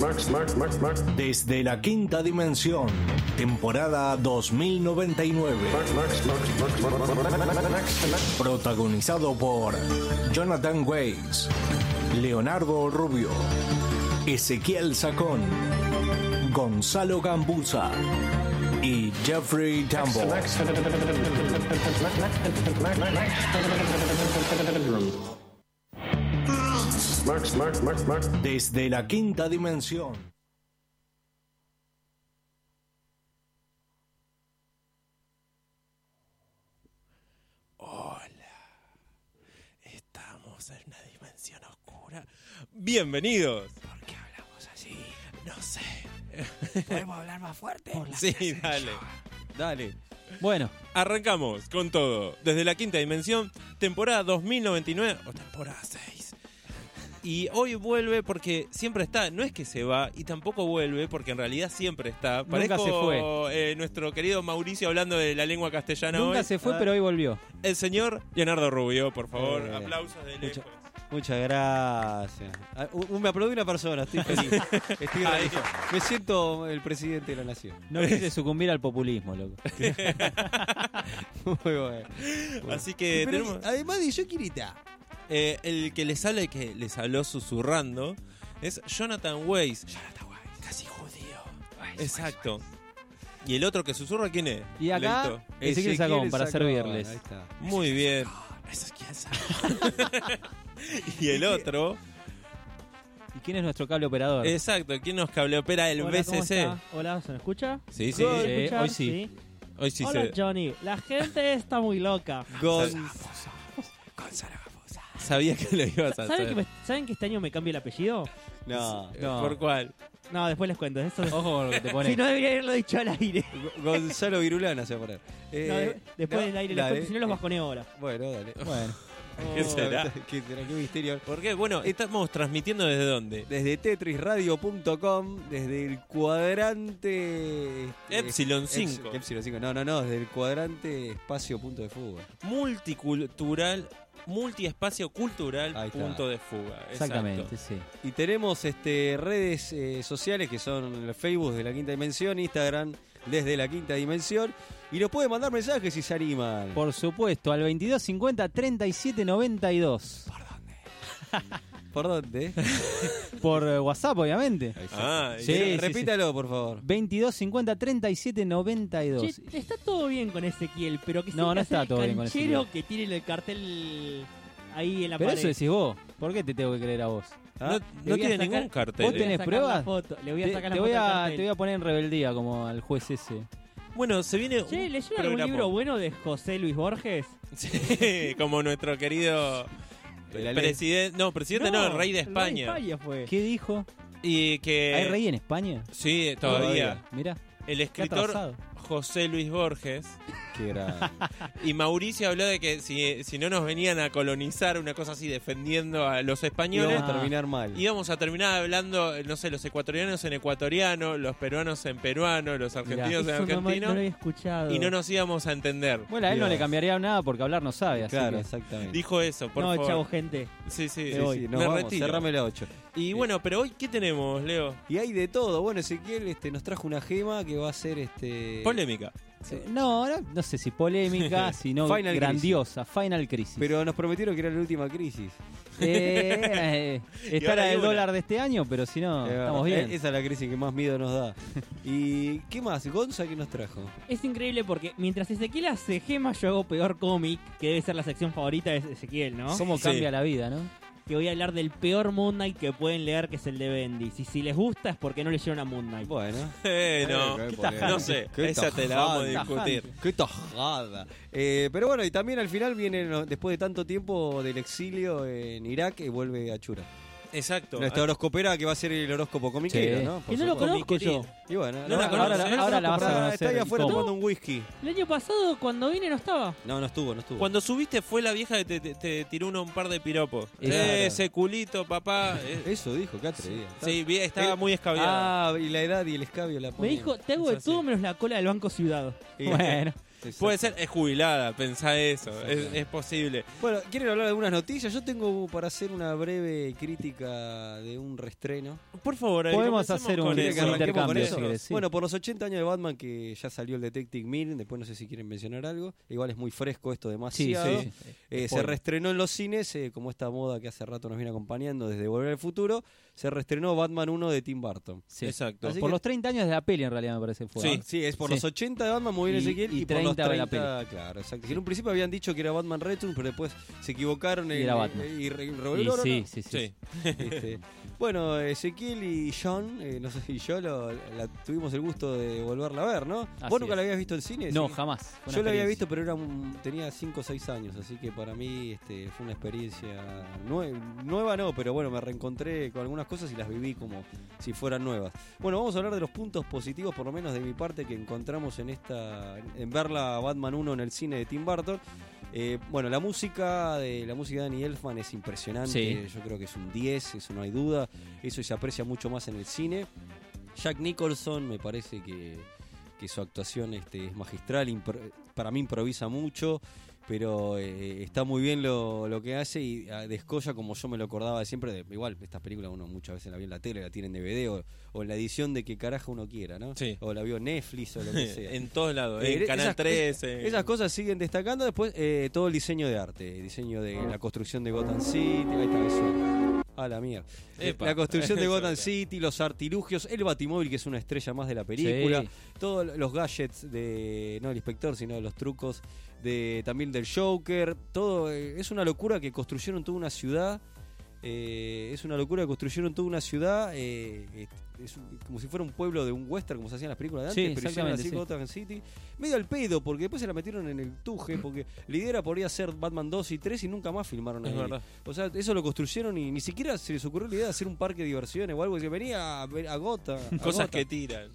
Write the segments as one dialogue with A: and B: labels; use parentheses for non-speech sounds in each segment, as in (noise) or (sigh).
A: Max, Max, Max.
B: Desde la quinta dimensión, temporada 2099. Protagonizado por Jonathan Weiss, Leonardo Rubio, Ezequiel Sacón, Gonzalo Gambusa y Jeffrey Tambor.
A: Max, Max, Max, Max.
B: Desde la quinta dimensión.
C: Hola. Estamos en una dimensión oscura. Bienvenidos. ¿Por qué hablamos así? No sé.
D: ¿Podemos hablar más fuerte?
C: Sí, dale. Dale.
E: Bueno,
C: Arrancamos con todo. Desde la quinta dimensión, temporada 2099 o temporada 6. Y hoy vuelve porque siempre está, no es que se va y tampoco vuelve porque en realidad siempre está.
E: Nunca se fue.
C: eh, nuestro querido Mauricio hablando de la lengua castellana
E: nunca
C: hoy. Ah.
E: se fue, pero hoy volvió.
C: El señor Leonardo Rubio, por favor.
E: Eh,
C: Aplausos de lejos.
E: Muchas gracias. Ah, un- un- Me aplaudí una persona, (laughs) estoy feliz. Estoy
C: Ahí.
E: realizado. Me siento el presidente de la nación. Ah, No quise sucumbir al populismo, loco. (laughs) Muy bueno.
C: Así que
D: Pero
C: tenemos
D: además de Kirita.
C: eh, el que les habla y que les habló susurrando es Jonathan Weiss. Jonathan Weiss, casi judío. Exacto. ¿Y el otro que susurra quién es?
E: Y acá,
C: Leito.
E: Ezequiel Sacón, para
D: Sacón,
E: servirles.
D: ahí está.
C: Muy bien. (laughs) y el otro,
E: ¿Y quién es nuestro cable operador?
C: exacto, ¿quién nos cableopera? El
F: Hola, ¿cómo
C: BCC.
F: está? Hola, ¿se me escucha?
C: Sí, sí.
F: ¿Se me
E: Sí,
F: escucha?
E: hoy sí.
C: Hoy sí
F: Hola,
C: se.
F: Johnny. La gente está muy loca.
C: Sabía que lo ibas a hacer.
F: ¿Saben que, me- ¿Saben que este año me cambio el apellido?
E: No, no.
C: ¿Por cuál?
F: No, después les cuento. Eso es-
E: Ojo con lo que te
F: (laughs)
E: pones.
F: Si no debería haberlo dicho al aire.
E: Go- Gonzalo Virulana se va a poner. Eh,
F: No, de- después
E: no,
F: del aire les
E: dale.
F: cuento, si no los bajoneo ahora.
E: Bueno, dale. Oh, Bueno.
C: ¿Qué será?
E: ¿Qué (laughs) será? ¿Qué misterio?
C: ¿Por qué? Bueno, estamos transmitiendo desde dónde?
E: Desde tetrisradio.com, desde el cuadrante... este,
C: Epsilon
E: Epsi-
C: 5.
E: Epsilon 5, no, no, no, desde el cuadrante espacio punto de fútbol.
C: Multicultural, multiespacio
E: Ahí
C: cultural,
E: está.
C: punto de fuga. Exacto.
E: Exactamente, Y tenemos este, redes eh, sociales que son el Facebook de la quinta dimensión, Instagram desde la quinta dimensión. Y nos pueden mandar mensajes si se animan.
G: Por supuesto, al 2250 3792.
E: ¿Por dónde?
G: Por eh, WhatsApp, obviamente.
C: Ah,
G: Sí,
C: y-
G: sí,
E: repítalo, por favor.
G: 2250
F: Che,
G: 3792.
F: está todo bien con Ezequiel, pero que
G: No,
F: siempre
G: no está
F: hace el
G: todo bien con
F: canchero
G: Ezequiel.
F: que tiene el cartel ahí en la
G: Pero
F: pared.
G: eso decís vos. ¿por qué te tengo que creer a vos?
C: No, no
E: Ah,
F: voy a
C: tiene
F: sacar-
C: ningún cartel.
G: Vos
C: ¿eh?
F: Le voy a
G: tenés
F: sacar
G: pruebas?
F: la foto, Le voy a
G: Te,
F: sacar la
G: te
F: foto
G: voy
F: al
G: a,
F: cartel.
G: te voy a poner en rebeldía como al juez ese.
C: Bueno, se viene
F: Che,
C: un
F: ¿leyeron
C: (laughs)
F: algún
C: programa.
F: libro bueno de José Luis Borges?
C: Sí, como nuestro querido
E: De la ley.
C: presidente, no, presidente no, el rey de España.
F: Rey de España
E: Eh.
F: fue.
G: ¿Qué dijo?
C: Y
F: Eh.
C: que
G: ¿Hay rey en España?
C: Sí, todavía.
G: Mirá,
C: El
G: qué
C: escritor
G: atrasado.
C: José Luis Borges
E: Qué grande.
C: y Mauricio habló de que si, si no nos venían a colonizar, una cosa así defendiendo a los españoles,
E: Íbamos a terminar mal.
C: íbamos a terminar hablando, no sé, los ecuatorianos en ecuatoriano, los peruanos en peruano, los argentinos
F: Eso
C: en
F: no me- no
C: argentino
F: lo había escuchado.
C: y no nos íbamos a entender.
G: Bueno, a él no
E: Dios.
G: le cambiaría nada porque hablar no sabe, así
E: Claro,
G: que-
E: exactamente.
C: Dijo eso, por
F: no,
C: favor.
F: chavo, gente.
C: Sí, sí. Sí,
E: Sí, sí,
C: sí,
E: nos
C: me
E: vamos,
C: retiro.
E: cerrame la 8.
C: Y bueno, pero hoy ¿qué tenemos, Leo?
E: Y hay de todo. Bueno, Ezequiel este, nos trajo una gema que va a ser este.
C: Polémica. (laughs)
G: Eh, No, no, no sé si polémica, sino
E: Final
G: grandiosa. Final Crisis.
E: Pero nos prometieron que era la última crisis.
G: Eh, eh,
C: Y
G: está
C: ahora hay
G: el
C: una.
G: dólar de este año, pero si no,
E: Eh,
G: estamos bien.
E: eh, Esa es la crisis que más miedo nos da. ¿Y qué más? ¿Gonza qué nos trajo?
F: Es increíble porque mientras Ezequiel hace gema, yo hago peor cómic, que debe ser la sección favorita de Ezequiel, ¿no?
G: ¿Cómo
C: Sí.
G: cambia la vida, no?
F: Que voy a hablar del peor Moon Knight que pueden leer, que es el de Bendis. Y si les gusta es porque no leyeron a Moon Knight.
E: Bueno.
C: Eh, no.
E: Eh, qué
C: No sé,
E: Qué
C: esa te la vamos a
E: tajante.
C: discutir.
E: Qué tajada. Eh, pero bueno, y también al final viene, no, después de tanto tiempo del exilio en Irak, y vuelve a Chura.
C: Exacto.
E: Nuestra horoscopera que va a ser el horóscopo comiquero,
G: Sí.
E: ¿no?
F: Que no lo
C: supuesto.
F: conozco yo.
C: Comiquería.
E: Y bueno,
C: No la
E: ahora-
C: conoces,
E: ahora-
C: ¿eh?
E: ahora
G: la vas a
E: comprá-
G: conocer.
E: Está ahí afuera
G: ¿Cómo?
E: tomando un whisky.
F: El año pasado, cuando vine, no estaba.
E: No, no estuvo, no estuvo.
C: Cuando subiste fue la vieja que te, te- te tiró uno un par de piropos.
E: Claro.
C: Eh, ese culito, papá. Eh,
E: Eso dijo, qué atrevida.
C: sí, vi- estaba
E: Él-
C: muy escabeada.
E: Ah, y la edad y el escabio la
F: Me
E: ponen.
F: dijo, te hago de
C: Es así.
F: (laughs) todo menos la cola del Banco Ciudad.
E: Y-
G: Bueno,
E: Exacto.
C: Puede ser, es jubilada, pensá eso, es, es posible.
E: Bueno, ¿quieren hablar de algunas noticias? Yo tengo para hacer una breve crítica de un restreno.
C: Por favor, ahí
G: Podemos
C: comencemos
G: hacer un
C: con
E: ¿Quieren que
C: eso.
E: arranquemos con
G: intercambio,
E: eso?
G: si querés, sí.
E: Bueno, por los 80 años de Batman que ya salió el Detective Mill, después no sé si quieren mencionar algo. Igual es muy fresco esto demasiado.
G: sí.
E: Eh, se
G: Spoiler.
E: reestrenó en los cines, eh, como esta moda que hace rato nos viene acompañando desde Volver al Futuro, se reestrenó Batman 1 de Tim Burton.
G: Sí.
C: Exacto.
E: Así
G: Por
E: que-
G: los 30 años de la peli, en realidad, me parece fue.
C: Sí.
G: ¿no?
E: Sí, es por
G: Sí.
E: los 80 de Batman, muy bien
G: Y-
E: Ezequiel, y,
G: y
E: por los
G: 30 de la
E: 30, claro, exacto. Que en un principio habían dicho que era Batman Returns, pero después se equivocaron
G: Y
E: en-
G: era Batman.
E: eh, y re- y
G: Y
E: revelaron,
G: sí,
E: ¿no?
G: sí, sí,
C: Sí.
E: Este, bueno, Ezequiel y John, eh, no sé, y yo lo- la tuvimos el gusto de volverla a ver, ¿no?
G: Así
E: Vos nunca
G: es.
E: la habías visto en cine.
G: No,
E: ¿sí?
G: jamás. Fue una
E: Yo la había
G: experiencia.
E: visto, pero era un- tenía 5 o 6 años, así que para mí este, fue una experiencia nue- nueva, no, pero bueno, me reencontré con algunas cosas y las viví como si fueran nuevas. Bueno, vamos a hablar de los puntos positivos, por lo menos de mi parte, que encontramos en esta en verla Batman 1 en el cine de Tim Burton. Eh, bueno, la música de la música de Danny Elfman es impresionante,
G: Sí.
E: yo creo que es un 10, eso no hay duda, eso se aprecia mucho más en el cine. Jack Nicholson me parece que, que su actuación este, es magistral, impro- para mí improvisa mucho, pero eh, está muy bien lo, lo que hace y ah, descolla como yo me lo acordaba de siempre, de- igual estas películas uno muchas veces la vio en la tele, la tiene en DVD o, o en la edición de que carajo uno quiera, ¿no?
C: Sí.
E: O la vio en Netflix o lo
C: (laughs)
E: que sea.
C: en todos lados,
E: Eh,
C: en Canal
E: esas-
C: 13.
E: Esas cosas siguen destacando. Después, eh, todo el diseño de arte. El diseño de la construcción de Gotham City. Ahí está, eso. A la mía.
C: Epa.
E: La construcción de
C: Eso
E: Gotham
C: era.
E: City, los artilugios, el Batimóvil, que es una estrella más de la película.
G: Sí.
E: Todos los gadgets de. No del inspector, sino de los trucos. De, también del Joker. Todo. eh, es una locura que construyeron toda una ciudad. Eh, es una locura, construyeron toda una ciudad, eh, eh, es un- como si fuera un pueblo de un western, como se hacían las películas de antes,
G: Sí,
E: pero hicieron
G: exactamente,
E: así
G: sí.
E: Gotham City. Medio al pedo, porque después se la metieron en el
C: (clears throat)
E: tuje, porque la idea era podría ser Batman 2 y 3 y nunca más filmaron
C: Es
E: ahí.
C: verdad.
E: O sea, eso lo construyeron y ni siquiera se les ocurrió la idea de hacer un parque de diversiones o algo, que venía a, a Gotham. a
C: (laughs) Cosas
E: Gotham.
C: que tiran.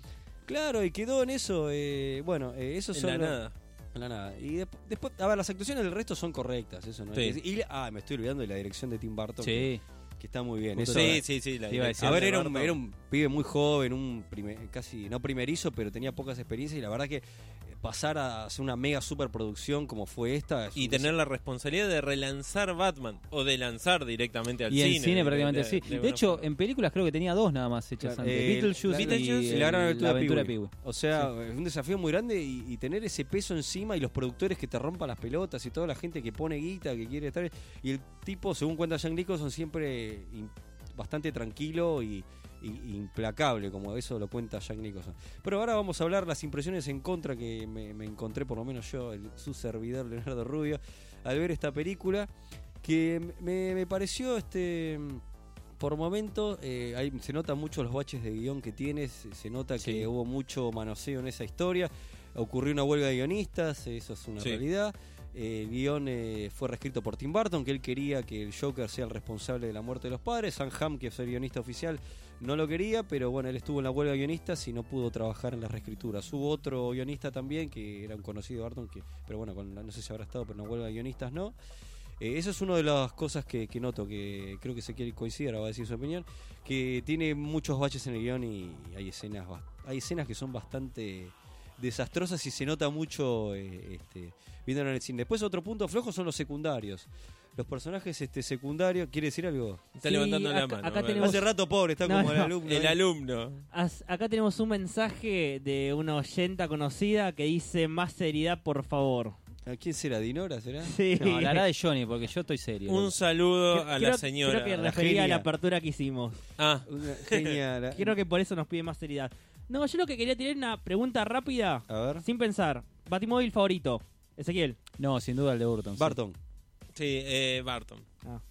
E: Claro, y quedó en eso. eh, bueno, eh, esos
C: En
E: son
C: la
E: los-
C: nada.
E: en la nada. Y dep- después, a ver, las actuaciones del resto son correctas, eso no es
C: Sí.
E: que- y la- ah, me estoy olvidando de la dirección de Tim Burton.
G: Sí.
E: que- Que está muy bien. Eso-
C: Sí, sí, sí. La
G: Te iba a
C: dirección
E: a ver,
C: de
E: era un,
C: Barton.
E: era un pibe muy joven, un prime- casi no primerizo, pero tenía pocas experiencias y la verdad que eh, pasar a hacer una mega superproducción como fue esta es
C: Y
E: un-
C: tener la responsabilidad de relanzar Batman o de lanzar directamente al
G: Y
C: cine.
G: en cine prácticamente sí. De,
C: buena
G: hecho,
C: forma.
G: en películas creo que tenía dos nada más hechas
E: Claro,
G: antes.
E: eh,
G: Beetlejuice,
E: la-
G: y,
E: y La Gran
G: eh,
E: Aventura de
G: aventura de
E: Pee-wee.
G: Pee-wee.
E: O sea, es un desafío muy grande y, y tener ese peso encima y los productores que te rompan las pelotas y toda la gente que pone guita, que quiere estar. Y el tipo, según cuenta Jack Nicholson, siempre in- bastante tranquilo y, y- implacable, como eso lo cuenta Jack Nicholson. Pero ahora vamos a hablar las impresiones en contra que me, me encontré, por lo menos yo, el- su servidor Leonardo Rubio, al ver esta película, que me, me pareció este. Por momentos eh, hay- se nota mucho los baches de guión que tiene, se, se nota que hubo mucho manoseo en esa historia. Ocurrió una huelga de guionistas, eso es una
C: Sí.
E: realidad. Eh, el guión eh, fue reescrito por Tim Burton, que él quería que el Joker sea el responsable de la muerte de los padres. Sam Hamm, que es el guionista oficial, no lo quería, pero bueno, él estuvo en la huelga de guionistas y no pudo trabajar en las reescrituras. Hubo otro guionista también, que era un conocido de Burton, que, pero bueno, con la- no sé si habrá estado, pero en la huelga de guionistas no. Eh, eso es una de las cosas que, que noto, que creo que se quiere coincidir, ahora va a decir su opinión, que tiene muchos baches en el guión y hay escenas, bas- hay escenas que son bastante desastrosas y se nota mucho eh, este, viéndolo en el cine. Después otro punto flojo son los secundarios. Los personajes este, secundarios, ¿quiere decir algo?
C: Está
F: Sí,
C: levantando la
F: acá-
C: mano.
F: acá
C: a ver.
F: tenemos-
E: Hace rato pobre, está
F: No,
E: como el
F: no.
E: alumno. ¿eh?
C: El
E: ahí.
C: alumno.
F: As- acá tenemos un mensaje de una oyenta conocida que dice más seriedad, por favor.
E: ¿A Ah, quién será? ¿Dinora será?
F: (laughs) Sí.
G: No, la hará de Johnny, porque yo estoy serio.
C: Un saludo a
F: Creo-
C: la señora.
F: Creo que
E: la
F: refería a
E: genia.
F: la apertura que hicimos.
C: Ah,
E: Una genia. la-
F: Creo que por eso nos pide más seriedad. No, yo lo que quería tirar una pregunta rápida,
E: A ver.
F: sin pensar. Batimóvil favorito, Ezequiel.
G: No, sin duda el de Burton. sí.
E: Barton.
C: sí, eh, Barton.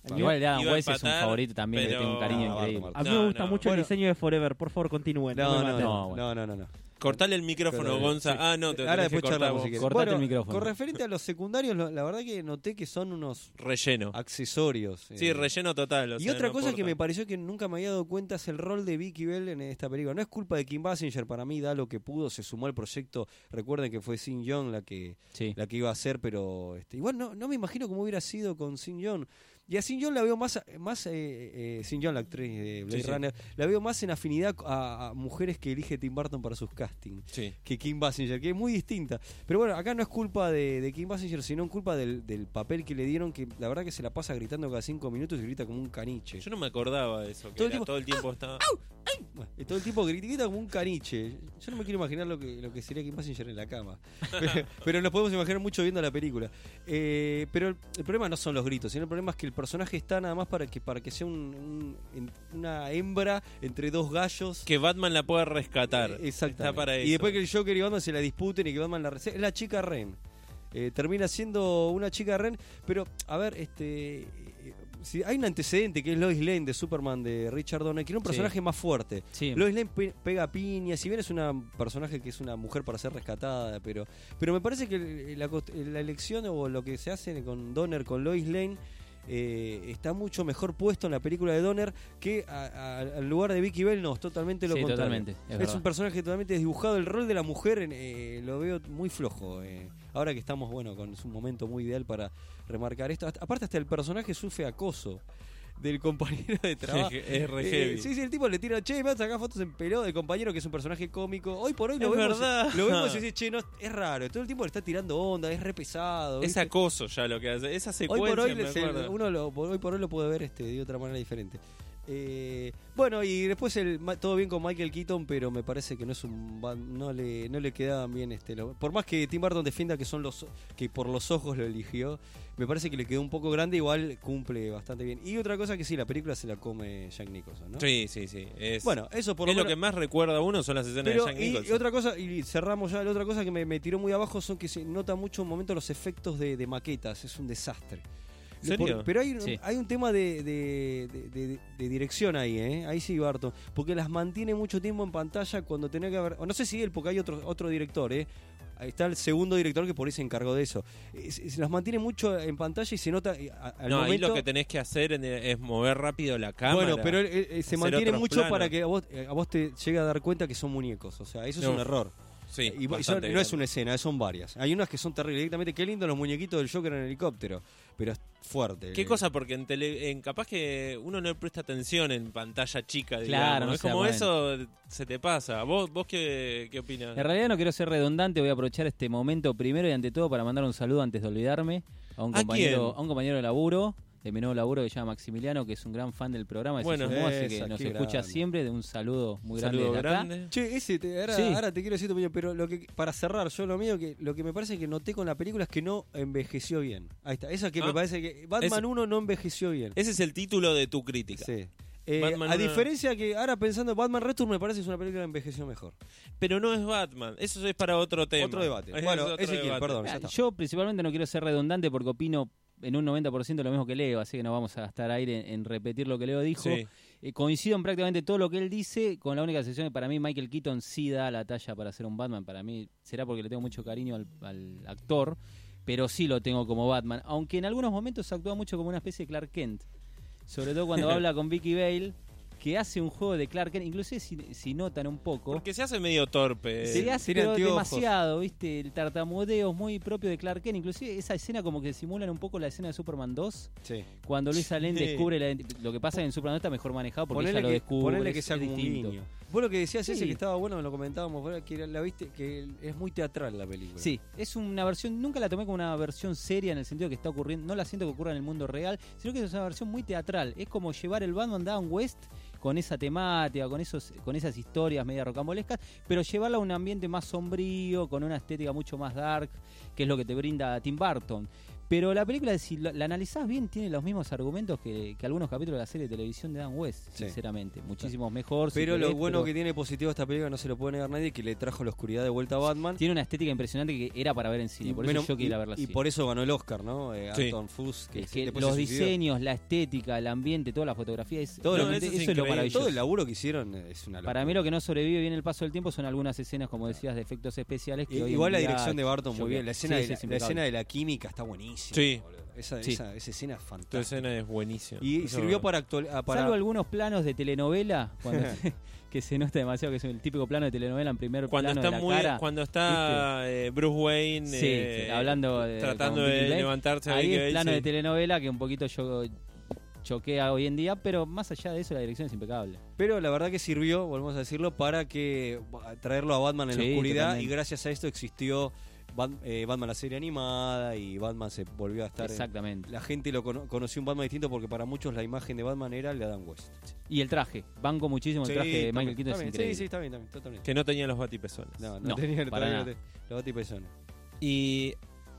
F: El mío-
G: Igual el de Adam
C: Iba a
G: West es un
C: empatar,
G: favorito también,
C: pero-
G: que tengo un cariño
E: No,
G: increíble.
E: Ah, Barton,
F: A mí
C: No,
F: me gusta
C: no.
F: mucho
E: Bueno.
F: el diseño de Forever. Por favor, continúen. me
E: No, no,
F: maten.
E: no,
G: bueno.
E: no, no, no, no.
C: Cortale el micrófono,
E: Cortale,
C: Gonza.
E: sí.
C: Ah, no, te lo
E: Ahora
C: tenés que
E: después
C: cortar
E: charlamos
C: vos.
E: si querés.
G: Cortate el micrófono.
E: Con referente a los secundarios, lo- la verdad que noté que son unos
C: Relleno.
E: accesorios. eh.
C: Sí, relleno total. o
E: Ah, Y
C: sea,
E: otra
C: no
E: cosa que
C: aporta.
E: me pareció que nunca me había dado cuenta es el rol de Vicky Bell en esta película. No es culpa de Kim Basinger, para mí da lo que pudo, se sumó al proyecto. Recuerden que fue Sin Young la que,
G: Sí.
E: la que iba a hacer, pero este, igual no, no me imagino cómo hubiera sido con Sin John. Y a Sin John la veo más, más eh, eh, Sin John, la actriz de Blade
C: Sí, sí.
E: Runner, la veo más en afinidad a, a mujeres que elige Tim Burton para sus castings. casting
C: Sí.
E: que Kim Basinger, que es muy distinta. Pero bueno, acá no es culpa de, de Kim Basinger, sino culpa del, del papel que le dieron, que la verdad que se la pasa gritando cada cinco minutos y grita como un caniche.
C: Yo no me acordaba de eso, que todo
E: Todo el
C: el,
E: tiempo,
C: todo el tiempo estaba.
E: Bueno, y todo el tiempo grita grita como un caniche. Yo no me quiero imaginar lo que, lo que sería Kim Basinger en
C: (laughs)
E: la cama. Pero, pero nos podemos imaginar mucho viendo la película. Eh, pero el, el problema no son los gritos, sino el problema es que el personaje está nada más para que, para que sea un- un- en- una hembra entre dos gallos.
C: Que Batman la pueda rescatar.
E: Eh, Exactamente.
C: Está para
E: y
C: eso.
E: después que el Joker y Batman se la disputen y que Batman la rece- Es la chica Ren. Eh, termina siendo una chica Ren. Pero, a ver, este. eh, Si hay un antecedente que es Lois Lane de Superman de Richard Donner, que era un
G: Sí.
E: personaje más fuerte.
G: Sí.
E: Lois Lane pe- pega piña, si bien es una- un personaje que es una mujer para ser rescatada, pero, pero me parece que el- la, cost- la elección o lo que se hace con Donner, con Lois Lane, eh, está mucho mejor puesto en la película de Donner que a- a- al lugar de Vicky Bell, no, es totalmente lo
G: Sí,
E: contrario.
G: totalmente, es
E: Es,
G: verdad.
E: un personaje totalmente desdibujado, el rol de la mujer en- eh, lo veo muy flojo. eh. Ahora que estamos, bueno, con es un momento muy ideal para remarcar esto. Hasta- aparte hasta el personaje sufre acoso. Del compañero de trabajo.
C: (laughs) Es re
E: Eh,
C: heavy.
E: sí, sí, el tipo le tira, che, me vas a sacar fotos en pelota del compañero que es un personaje cómico. Hoy por hoy lo
C: Es
E: vemos.
C: verdad.
E: Lo
C: (laughs)
E: vemos y dice, che, no, es raro. Todo el tiempo le está tirando onda, es re pesado.
C: Es
E: ¿viste?
C: acoso ya lo que hace. Esa
E: hoy
C: secuencia.
E: por hoy,
C: me
E: le- se-
C: acuerdo.
E: uno lo, por- hoy por hoy lo puede ver este, de otra manera diferente. Eh, bueno, y después el, ma- todo bien con Michael Keaton, pero me parece que no es un ba- no le no le quedaban bien este lo- por más que Tim Burton defienda que son los que por los ojos lo eligió, me parece que le quedó un poco grande, igual cumple bastante bien. Y otra cosa que sí, la película se la come Jack Nicholson, ¿no?
C: Sí, sí, sí. Es,
E: Bueno, eso por
C: es lo
E: menos-
C: que más recuerda a uno son las escenas
E: pero,
C: de Jack
E: y-
C: Nicholson.
E: y, otra cosa, y cerramos ya, la otra cosa que me, me tiró muy abajo son que se nota mucho en un momento los efectos de, de maquetas, es un desastre.
C: ¿En serio?
E: Por- pero hay, un-
G: Sí.
E: hay un tema de, de- de- de- de dirección ahí, ¿eh? ahí sí, Barton, porque las mantiene mucho tiempo en pantalla cuando tenía que haber, o no sé si él, porque hay otro, otro director, ¿eh? Ahí está el segundo director que por ahí se encargó de eso. Eh, se- se las mantiene mucho en pantalla y se nota eh, a- al
C: no, ahí
E: momento-
C: lo que tenés que hacer en- es mover rápido la cámara.
E: bueno, pero él, él, eh, se
C: hacer
E: mantiene
C: otros
E: mucho
C: planos.
E: para que a vos, eh, a vos te llegue a dar cuenta que son muñecos. O sea, eso es
C: No.
E: un error.
C: Sí,
G: Eh,
E: Y bo- y son-
C: bastante
E: no es
C: grande.
E: una escena, son varias. Hay unas que son terribles directamente. Qué lindo los muñequitos del Joker en helicóptero, pero es fuerte.
C: ¿Qué cosa? Porque en, tele, en capaz que uno no le presta atención en pantalla chica, digamos.
G: Claro, no
C: es
G: se da
C: como
G: cuenta.
C: eso se te pasa. ¿Vos, vos qué, qué opinas?
G: En realidad no quiero ser redundante, voy a aprovechar este momento primero y ante todo para mandar un saludo antes de olvidarme a un
C: ¿A
G: compañero,
C: quién?
G: a un compañero de laburo, de mi nuevo laburo que se llama Maximiliano, que es un gran fan del programa, que
C: Bueno.
G: se sumó, así
E: Esa,
G: que nos
E: qué
G: escucha
E: grande.
G: siempre, de un saludo muy grande
C: Saludo
G: desde acá.
C: grande.
E: Che, ese te- ahora,
G: Sí.
E: ahora te quiero decir tu opinión, pero lo que para cerrar, yo lo mío que lo que me parece que noté con la película es que no envejeció bien. Ahí está, esa que
C: Ah.
E: me parece que Batman
C: Ese-
E: 1 no envejeció bien.
C: Ese es el título de tu crítica.
E: Sí. Eh,
C: Batman
E: a
C: uno-
E: diferencia que ahora pensando Batman Return me parece que es una película que envejeció mejor.
C: Pero no es Batman. Eso es para otro tema.
E: Otro debate.
C: Es
E: Bueno,
C: otro
E: Ezequiel,
C: debate.
E: perdón. ya
G: Ah,
E: está.
G: Yo principalmente no quiero ser redundante porque opino en un 90% lo mismo que Leo, así que no vamos a gastar aire en, en repetir lo que Leo dijo.
C: Sí.
G: Eh, coincido en prácticamente todo lo que él dice, con la única excepción que para mí Michael Keaton sí da la talla para ser un Batman. Para mí será porque le tengo mucho cariño al, al actor, pero sí lo tengo como Batman. Aunque en algunos momentos actúa mucho como una especie de Clark Kent. Sobre todo
E: (laughs)
G: cuando habla con Vicky Bale, que hace un juego de Clark Kent. Inclusive si, si notan un poco...
C: Porque se hace medio torpe.
G: Se
E: Sí.
G: hace
E: Eh, tiene
G: pero
E: anteojos.
G: demasiado, ¿viste? El tartamudeo es muy propio de Clark Kent. Inclusive esa escena como que simulan un poco la escena de Superman 2,
E: Sí.
G: cuando Luis Allen
E: Sí.
G: descubre la identi- lo que pasa en Superman 2 está mejor manejado porque
E: Ponele
G: ella lo
E: que-
G: descubre.
E: ponele
G: es-
E: que sea
G: es
E: como un
G: distinto.
E: guiño. Vos lo que decías ese
G: Sí.
E: que estaba bueno, lo comentábamos, ¿verdad? que la viste que es muy teatral la película.
G: Sí, es una versión, nunca la tomé como una versión seria en el sentido que está ocurriendo, no la siento que ocurra en el mundo real, sino que es una versión muy teatral. Es como llevar el Batman Down West con esa temática, con esos, con esas historias media rocambolescas, pero llevarla a un ambiente más sombrío, con una estética mucho más dark, que es lo que te brinda Tim Burton. Pero la película, si la, la analizás bien, tiene los mismos argumentos que, que algunos capítulos de la serie de televisión de Dan West,
E: Sí.
G: sinceramente. Muchísimos mejor. si
E: Pero lo
G: querés,
E: bueno
G: pero-
E: que tiene positivo esta película no se lo puede negar nadie que le trajo la oscuridad de vuelta a Batman.
G: tiene una estética impresionante que era para ver en cine.
E: Y
G: por
E: menos-
G: eso yo quería
E: y-
G: verla
E: y
G: así.
E: por eso ganó el Oscar, ¿no? Eh,
C: Sí.
E: Anton Fuss, que,
G: Es
E: se-
G: que
E: después
G: los
E: se suicidó.
G: diseños, la estética, el ambiente, toda la fotografía, es,
E: Todo lo
C: que-
G: realmente
C: eso es
G: eso, es lo
C: increíble.
G: maravilloso.
E: Todo el laburo que hicieron es una locura.
G: Para mí lo que no sobrevive bien el paso del tiempo son algunas escenas, como decías, de efectos especiales. Que
E: I-
G: hoy en
E: Eh, Igual la
G: día
E: dirección de Barton
G: yo
E: muy bien.
G: creo-
E: La escena,
G: Sí,
E: de,
G: sí,
E: la,
G: es
E: la
G: impecable.
E: escena de la química está buenísima.
C: Sí.
E: boludo. Esa,
G: Sí.
E: esa- esa escena es
C: Tu
E: fantástica.
C: escena es buenísima.
E: Y
C: Eso-
E: sirvió para actualizar.
G: Salvo algunos planos de telenovela, cuando
E: (laughs)
G: se- que se nota demasiado que es el típico plano de telenovela en primer
C: Cuando
G: plano
C: está,
G: de la
C: muy,
G: cara.
C: cuando está eh, Bruce Wayne
G: Sí,
C: eh,
G: sí, hablando de-
C: tratando
G: con
C: de
G: Vicky Bale.
C: levantarse
G: Ahí
C: Vicky
G: el
C: Bale,
G: plano
C: sí.
G: de telenovela que un poquito yo choquea hoy en día, pero más allá de eso la dirección es impecable.
E: Pero la verdad que sirvió, volvemos a decirlo, para que ba- traerlo a Batman en la
G: Sí,
E: oscuridad
G: totalmente.
E: y gracias a esto existió Bat- eh, Batman la serie animada y Batman se volvió a estar... en-
G: Exactamente.
E: La gente lo cono- conoció un Batman distinto porque para muchos la imagen de Batman era el de Adam West.
G: Y el traje, banco muchísimo el
E: Sí,
G: traje de
E: también,
G: Michael Keaton, es
E: también,
G: increíble.
E: Sí, sí, está bien, también, totalmente.
C: Que no tenían los batipezones.
E: No, no,
G: No,
E: tenía el
G: para
E: traje,
G: nada.
E: los batipezones.
C: ¿Y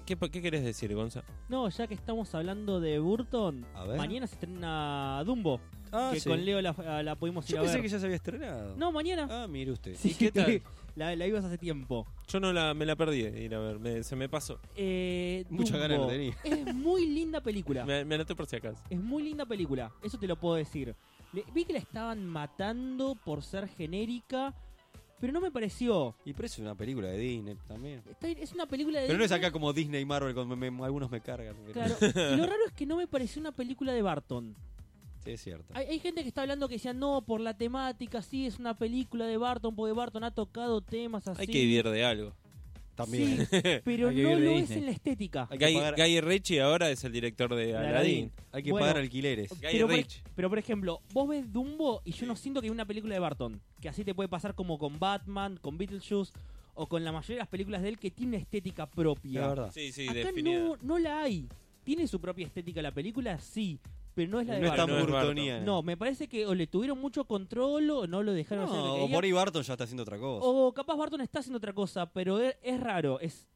C: qué, qué querés decir, Gonza?
F: No, ya que estamos hablando de Burton,
E: A ver.
F: mañana se estrena Dumbo,
E: Ah,
F: que
E: sí.
F: con Leo la, la pudimos ir
E: Yo
F: a
E: pensé
F: ver.
E: que ya se había estrenado.
F: No, mañana.
E: Ah, mire usted.
F: Sí,
C: qué tal?
F: (laughs) La, la vimos hace tiempo.
C: Yo no la, me la perdí de ir a ver, me- se me pasó.
F: Eh,
E: Muchas ganas
F: Dumbo.
E: le tenía.
F: Es muy linda película.
C: Me, me anoté por si acaso.
F: Es muy linda película, eso te lo puedo decir. Le- vi que la estaban matando por ser genérica, pero no me pareció.
E: Y pero es una película de Disney también.
F: Está bien, es una película de.
E: Pero no es
F: Disney,
E: acá como Disney y Marvel, con me- me- algunos me cargan. pero-
F: Claro. Y lo raro es que no me pareció una película de Barton.
E: Sí, es cierto.
F: Hay, hay gente que está hablando que decía, no, por la temática, sí, es una película de Barton, porque Barton ha tocado temas así.
C: Hay que vivir de algo.
E: También. (laughs)
F: Sí, pero
G: Hay que
F: no
G: vivir de
F: lo es
G: Disney.
F: en la estética.
E: Hay que
C: Guy,
E: pagar-
C: Guy Ritchie ahora es el director de
F: Aladdin.
C: Aladdin.
E: Hay que
F: Bueno.
E: pagar alquileres.
C: Guy
F: Pero por,
C: Ritchie.
F: pero, por ejemplo, vos ves Dumbo y yo no siento que es una película de Barton. Que así te puede pasar como con Batman, con Beetlejuice o con la mayoría de las películas de él que tiene una estética propia.
E: La verdad.
C: Sí, sí,
F: Acá
C: definida.
F: no, no la hay. Tiene su propia estética la película, sí, pero no es la de
E: no es tan
F: Barton.
C: Barton.
E: burtoniana.
F: No, me parece que o le tuvieron mucho control o no lo dejaron hacer. lo que Oh,
E: o
F: quería.
E: por ahí Barton ya está haciendo otra cosa.
F: O capaz Barton está haciendo otra cosa, pero es, es raro, es...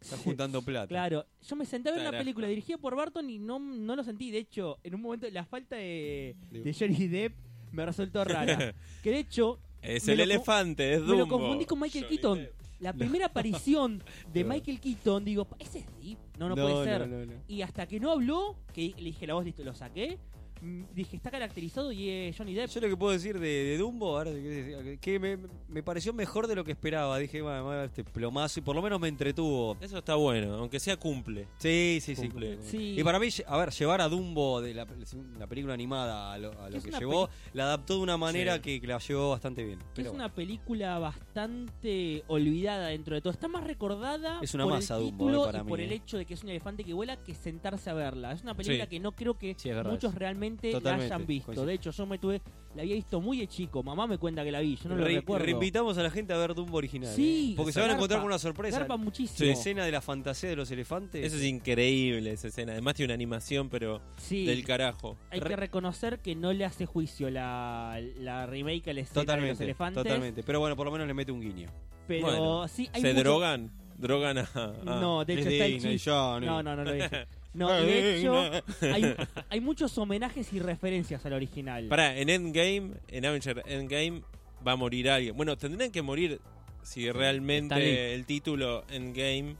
E: Está juntando plata.
F: Claro, yo me senté a ver una
C: Carajo.
F: película dirigida por Barton y no, no lo sentí. De hecho, en un momento la falta de,
E: De-
F: de Johnny Depp me resultó rara. que de hecho,
C: Es
F: Me
C: el
F: lo co-
C: elefante, es Dumbo.
F: me lo confundí con Michael
C: Johnny
F: Keaton.
C: Depp.
F: La primera aparición de
E: No.
F: Michael Keaton, digo, "Pa, ¿ese es Deep? No, no, puede ser.
E: no, no.
F: Y hasta que no habló, que le dije la voz, listo, lo saqué, mm, dije, está caracterizado y es Johnny Depp.
E: Yo lo que puedo decir de, de Dumbo, ahora si querés decir, que me, me pareció mejor de lo que esperaba. Dije, "Bueno, vamos a ver este plomazo y por lo menos me entretuvo.
C: Eso está bueno, aunque sea cumple.
E: Sí, sí, sí.
C: Cumple.
F: Sí,
E: Y para mí, a ver, llevar a Dumbo de la, la película animada a lo, a lo
F: Es
E: que
F: una
E: llevó, la adaptó de una manera
C: Sí.
E: que, que la llevó bastante bien.
F: que
E: Pero
F: es
E: bueno,
F: una película bastante olvidada dentro de todo. Está más recordada
E: Es una
F: por
E: masa,
F: el
E: Dumbo,
F: título
E: eh, para
F: y
E: mí,
F: por
E: eh.
F: el hecho de que es un elefante que vuela que sentarse a verla. Es una película
C: Sí.
F: que no creo que
G: Sí, es verdad
F: muchos
G: eso.
F: realmente
E: Totalmente,
F: la hayan visto.
E: coincido.
F: De hecho, yo me tuve, la había visto muy de chico. Mamá me cuenta que la vi, yo no lo
E: re-
F: recuerdo.
E: reinvitamos a la gente a ver Dumbo original.
F: Sí,
E: eh, porque se
F: garpa,
E: van a encontrar con una sorpresa.
F: Garpa
E: La
F: muchísimo.
E: escena de la fantasía de los elefantes.
C: Eso es increíble esa escena. Además tiene una animación, pero
F: Sí.
C: del carajo.
F: Hay que reconocer que no le hace juicio la, la remake al escena de los
E: Totalmente,
F: elefantes.
E: totalmente. Pero bueno, por lo menos le mete un guiño.
F: Pero
C: Bueno,
F: sí, hay
C: ¿Se
F: mucho-
C: drogan? ¿Drogan a...? a-
F: No, de hecho
E: Es
F: está el
E: Disney,
F: chiste.
E: Johnny.
F: No, no, no lo
C: (laughs)
F: dije. No, y de hecho, hay, hay muchos homenajes y referencias al original.
C: Pará, en Endgame, en Avenger Endgame, va a morir alguien. Bueno, tendrían que morir si
G: Stan Lee.
C: realmente el título Endgame...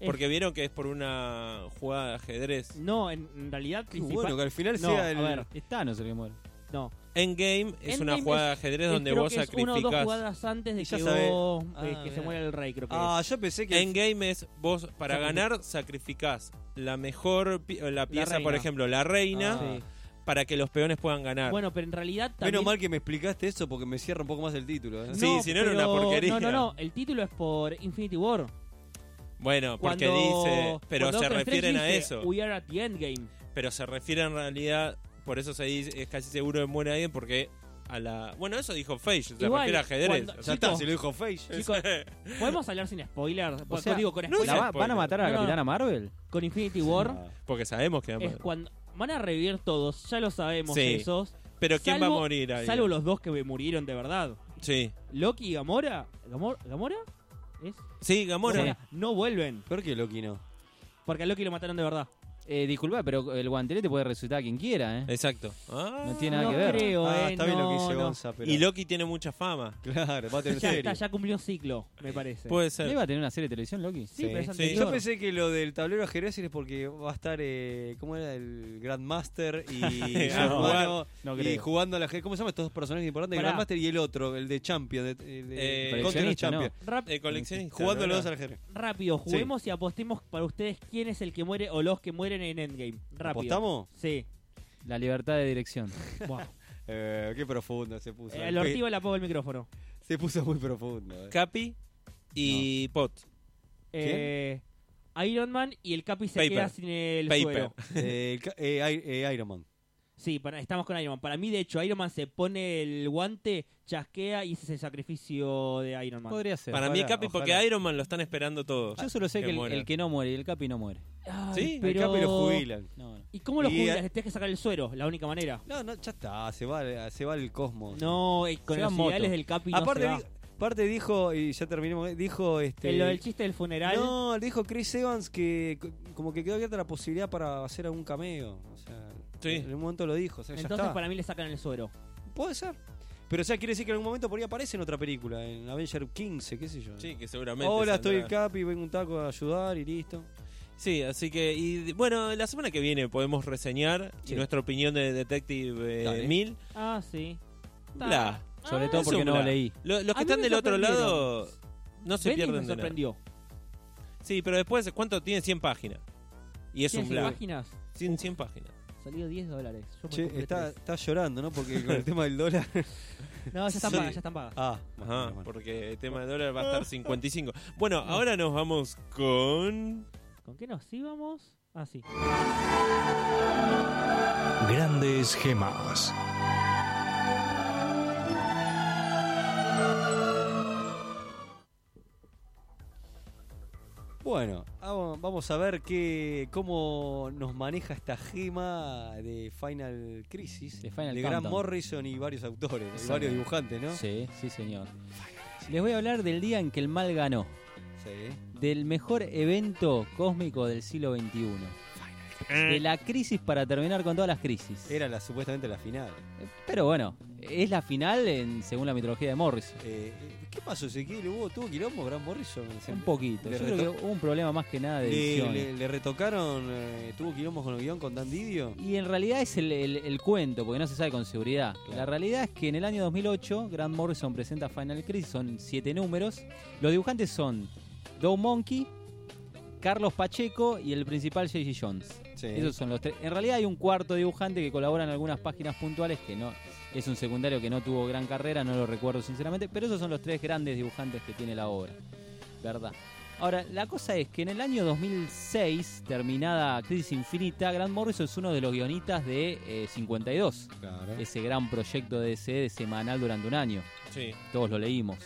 F: Es-
C: Porque vieron que es por una jugada de ajedrez.
F: No, en, en realidad
E: Qué
F: principal.
E: bueno, que al final
F: No,
E: sea
F: a
E: el.
F: ver,
G: Está, no se le muere.
F: no.
C: Endgame es
F: Endgame
C: una jugada de ajedrez
F: Es-
C: donde
F: creo
C: vos
F: que es una o dos
C: sacrificás.
F: jugadas antes de
E: Y ya
F: que,
E: sabe-
F: vos-
E: Ah,
F: de que se
E: mirá.
F: muera el rey, creo que
E: Ah,
F: es.
E: yo pensé que.
C: Endgame es vos, para
F: Sacrific-
C: ganar, sacrificás la mejor pi- eh, la pieza, por
F: reina.
C: ejemplo, la reina,
E: Ah.
C: para que los peones puedan ganar.
F: Bueno, pero en realidad también...
E: Menos mal que me explicaste eso porque me cierra un poco más el título. ¿eh?
C: Sí, si no era una
F: pero-
C: porquería.
F: No, no, no. El título es por Infinity War.
C: Bueno, porque
F: Cuando-
C: dice, pero
F: cuando
C: se
F: Doctor
C: refieren
F: Strange
C: a
F: dice,
C: eso,
F: We are at
C: (laughs)
F: the endgame.
C: pero se refiere en realidad, por eso se dice, es casi seguro de muere alguien porque a la bueno, eso dijo Feige, se
F: Igual,
C: refiere a ajedrez.
F: cuando-
C: o
E: Ya
C: sea,
E: está,
F: Chicos.
E: se lo dijo Face.
F: Chicos, ¿podemos hablar sin spoiler? O
G: sea,
F: digo, con,
C: no Ah.
F: spoiler-
G: ¿La va- ¿Van a
C: spoiler.
G: matar a la
F: No, no.
G: Capitana Marvel?
F: con Infinity War
E: Ah,
C: porque sabemos que va a
F: es
C: morir.
F: cuando van a revivir todos, ya lo sabemos
C: Sí.
F: esos.
C: Pero quién va
F: salvo-
C: a morir ahí?
F: Salvo los dos que me murieron de verdad.
C: Sí.
F: Loki y Gamora. ¿Gamor- ¿Gamora? ¿Es?
C: Sí, Gamora.
F: Gamora, No vuelven.
E: ¿Por qué Loki no? (laughs)
F: Porque a Loki lo mataron de verdad.
G: Eh, disculpa, pero el guantelete puede resucitar a quien quiera, ¿eh?
C: Exacto. Ah.
G: No tiene nada que ver.
F: creo,
E: ah,
F: eh,
E: está bien lo que
F: no,
E: dice
F: no.
E: Gonza, pero.
C: Y Loki tiene mucha fama.
E: Claro, va a tener
F: (laughs) Ya
E: serie.
F: está, ya cumplió un ciclo, me parece.
C: Puede
G: ¿No
C: ser.
G: iba a tener una serie de televisión, Loki?
F: sí, pero es
E: Sí.
F: anterior.
E: Yo pensé que lo del tablero ajedrez era porque va a estar, eh, ¿cómo era? El Grandmaster
F: (laughs)
E: y
C: Ah,
E: su hermano
G: no
E: y
G: creo.
E: jugando a la ajedrez. ¿Cómo se llaman estos dos personajes importantes? El
F: Pará.
E: Grandmaster y el otro, el de Champion. de- el de-
C: Eh,
E: Counter
G: coleccionista,
E: Champion.
F: Rap-
C: Eh, coleccionista. ¿no?
E: Jugando los dos al ajedrez.
F: rápido, juguemos y apostemos para ustedes quién es el que muere o los que mueren en Endgame. Rápido.
E: ¿Apostamos?
F: Sí.
G: La libertad de dirección.
F: Buah.
E: Eh, qué profundo se puso.
F: Eh, al Ortigo le apago el micrófono.
E: Se puso muy profundo. eh.
C: Capi y Pot.
F: Eh, Iron Man y el Capi se
C: Paper.
F: queda sin el
C: Paper.
F: suero.
E: Eh, ca- eh, Ai- eh, Iron Man.
F: Sí, para- estamos con Iron Man. Para mí, de hecho, Iron Man se pone el guante, chasquea y ese es el sacrificio de Iron Man.
G: Podría ser.
C: Para mí,
G: ojalá,
C: Capi,
G: ojalá.
C: porque Iron Man lo están esperando todos.
G: Yo solo sé
C: que
G: que, el,
C: muera.
G: el que no muere y el Capi no muere.
F: Ay,
C: Sí, el
E: Pero...
F: pero...
E: Acá, pero jubilan.
G: No, no.
F: ¿Y cómo lo
E: Y-
F: jubilas? Le tenés que sacar el suero, la única manera.
E: No, no, ya está, se va, se va el cosmos.
F: No, eh, con
G: Se
F: los
G: va moto.
F: ideales del Capi no
E: aparte,
F: se va.
E: di- aparte dijo, y ya terminemos, dijo este.
F: En lo del chiste del funeral.
E: no, dijo Chris Evans que co- como que quedó abierta la posibilidad para hacer algún cameo. O sea,
C: Sí.
E: en un momento lo dijo. o sea, ya
F: Entonces
E: está.
F: para mí le sacan el suero.
E: Puede ser. Pero o sea, quiere decir que en algún momento por ahí aparece en otra película, en Avenger 15, qué sé yo.
C: Sí, que seguramente.
E: Hola, estoy el
C: saldrá.
E: Capi, vengo un taco a ayudar y listo.
C: Sí, así que, y bueno, la semana que viene podemos reseñar
E: Sí.
C: nuestra opinión de Detective eh,
E: Dale.
C: 1000.
F: Ah, sí.
C: Bla.
G: Sobre todo porque
C: Es un
G: no
C: bla.
G: leí.
C: Lo- los
F: A
C: que
F: mí
C: están
F: me
C: del otro lado no se
F: Bendis
C: pierden
F: me
C: de nada.
F: sorprendió.
C: Sí, pero después, ¿cuánto tiene? 100 páginas. Y es
F: ¿Tienes
C: un blog.
F: páginas?
C: 100, 100 páginas.
F: Salió 10 dólares. Yo me
E: Che,
F: compré
E: está,
F: tres.
E: está llorando, ¿no? Porque
C: (laughs)
E: con el tema del dólar.
F: No, ya están
C: Sí.
F: pagas, ya están pagas.
E: Ah,
C: Ajá,
E: bueno, bueno.
C: porque el tema de dólar va a estar 55. Bueno, ahora nos vamos con.
F: ¿Con qué nos íbamos? Ah, sí.
B: Grandes gemas.
E: Bueno, vamos- vamos a ver qué, cómo nos maneja esta gema de Final Crisis.
G: De Final
E: Grant
G: Countdown.
E: Morrison y varios autores, y
G: Exacto.
E: varios dibujantes, ¿no?
G: Sí, sí, señor. Les voy a hablar del día en que el mal ganó.
E: Sí.
G: Del mejor evento cósmico del siglo XXI. De la crisis para terminar con todas las crisis.
E: Era la, supuestamente la final.
G: Pero bueno, es la final en- según la mitología de Morris.
E: Eh, ¿Qué pasó, Ezequiel? ¿Hubo, ¿Tuvo quilombo Grant Morrison? Se-
G: Un poquito.
E: Le
G: Yo creo que
E: reto-
G: hubo un problema más que nada de
E: le,
G: edición.
E: le- le retocaron, eh, tuvo quilombo con el guión con Dan Didio.
G: Y en realidad es el, el- el cuento, porque no se sabe con seguridad. La realidad es que en el año 2008, Grant Morrison presenta Final Crisis, son siete números. Los dibujantes son Dow Monkey, Carlos Pacheco y el principal J.G. Jones.
E: Sí.
G: Esos son los tres. En realidad hay un cuarto dibujante que colabora en algunas páginas puntuales que no es un secundario que no tuvo gran carrera, no lo recuerdo sinceramente, pero esos son los tres grandes dibujantes que tiene la obra. ¿Verdad? Ahora, la cosa es que en el año 2006, terminada Crisis Infinita, Grant Morrison es uno de los guionistas de eh, 52,
E: Claro.
G: ese gran proyecto de DC de semanal durante un año.
C: Sí.
G: Todos lo leímos.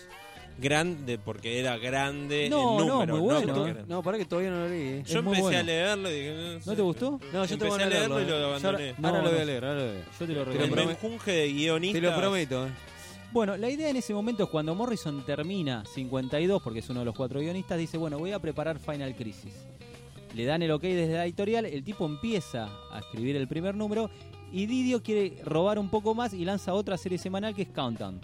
C: Grande, porque era grande
G: No,
C: el
G: no,
C: número. no
G: muy bueno,
C: porque
G: ¿eh?
C: era-
E: No, para que todavía no lo leí. eh.
C: Yo
G: muy
C: empecé
G: bueno.
C: a leerlo y dije, no, sé.
G: ¿No te gustó?
E: No, yo
C: Empecé
E: tengo ganas
C: a
E: de
C: leerlo y
E: eh.
C: lo
E: Yo ahora-
C: abandoné.
E: ahora
G: No,
E: lo voy
G: no.
E: a leer, ahora lo voy a leer.
G: Yo te lo
E: lo
C: El
G: recomiendo.
E: prometo.
C: menjunje de
E: Te
C: guionistas.
E: lo prometo. eh.
G: Bueno, la idea en ese momento es cuando Morrison termina 52, porque es uno de los cuatro guionistas, dice, bueno, voy a preparar Final Crisis. Le dan el ok desde la editorial, el tipo empieza a escribir el primer número y Didio quiere robar un poco más y lanza otra serie semanal que es Countdown,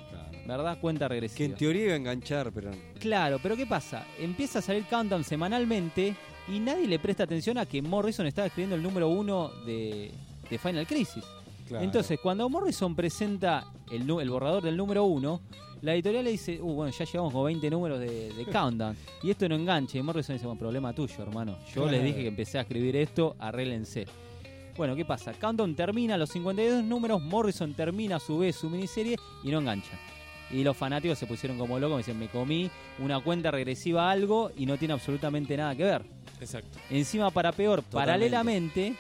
G: ¿verdad? Cuenta
E: Que
G: regresiva.
E: en teoría iba a enganchar, pero.
G: Claro, pero ¿qué pasa? Empieza a salir Countdown semanalmente y nadie le presta atención a que Morrison estaba escribiendo el número uno de, de Final Crisis.
E: Claro.
G: Entonces, cuando Morrison presenta el, nu- el borrador del número uno, la editorial le dice, uh, bueno, ya llevamos como 20 números de,
E: (laughs)
G: de Countdown. y esto no enganche. Y Morrison dice, bueno, problema tuyo, hermano. Yo
E: Claro.
G: les dije que empecé a escribir esto, arréglense. Bueno, ¿qué pasa? Countdown termina los 52 números, Morrison termina a su vez su miniserie y no engancha. Y los fanáticos se pusieron como locos, me dicen, me comí una cuenta regresiva a algo y no tiene absolutamente nada que ver.
C: Exacto.
G: Encima, para peor,
E: Totalmente.
G: paralelamente,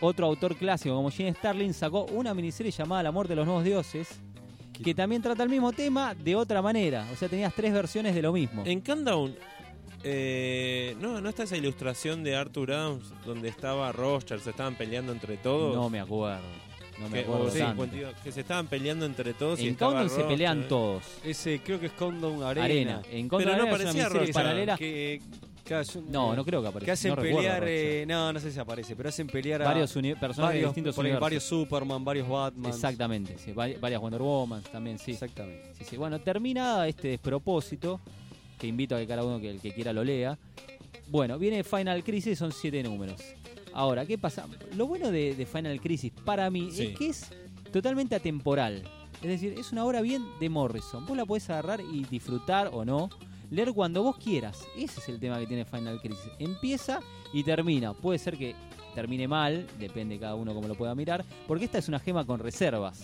G: otro autor clásico como Gene Starling sacó una miniserie llamada La muerte de los nuevos dioses, que también trata el mismo tema de otra manera. O sea, tenías tres versiones de lo mismo.
C: En Countdown, eh, no, ¿no está esa ilustración de Arthur Adams donde estaba Roger, se estaban peleando entre todos?
G: No me acuerdo. No me
C: que,
G: acuerdo
C: o
E: oh,
C: sí,
G: tanto.
C: 52, que se estaban peleando entre todos. y
G: En
C: estaba ¿eh?
G: Countdown se
C: Rothschild.
E: eh.
G: pelean todos.
E: Ese creo que es Condom Arena.
G: Arena.
C: Pero
G: En Countdown
C: no
G: Arena es una
C: aparecía
G: miniserie
C: Rocha.
G: paralela.
E: Que, que hace un-
G: No, no creo que
E: Eh, Que
G: aparezca.
E: hacen
G: no recuerdo a
E: pelear.
G: Rocha.
E: eh, no, no sé si aparece, pero hacen pelear a.
G: varios uni- personajes de
E: varios,
G: distintos
E: por ahí,
G: universos.
E: varios Superman, varios Batman.
G: Exactamente, sí, vari- varias Wonder Woman también, sí.
E: Exactamente.
G: Sí, sí. Bueno, termina este despropósito, que invito a que cada uno que el que quiera lo lea. Bueno, viene Final Crisis, son siete números. Ahora, ¿qué pasa? Lo bueno de, de Final Crisis para mí
C: Sí.
G: es que es totalmente atemporal. Es decir, es una obra bien de Morrison. Vos la podés agarrar y disfrutar o no. Leer cuando vos quieras. Ese es el tema que tiene Final Crisis. Empieza y termina. Puede ser que termine mal, depende cada uno cómo lo pueda mirar, porque esta es una gema con reservas,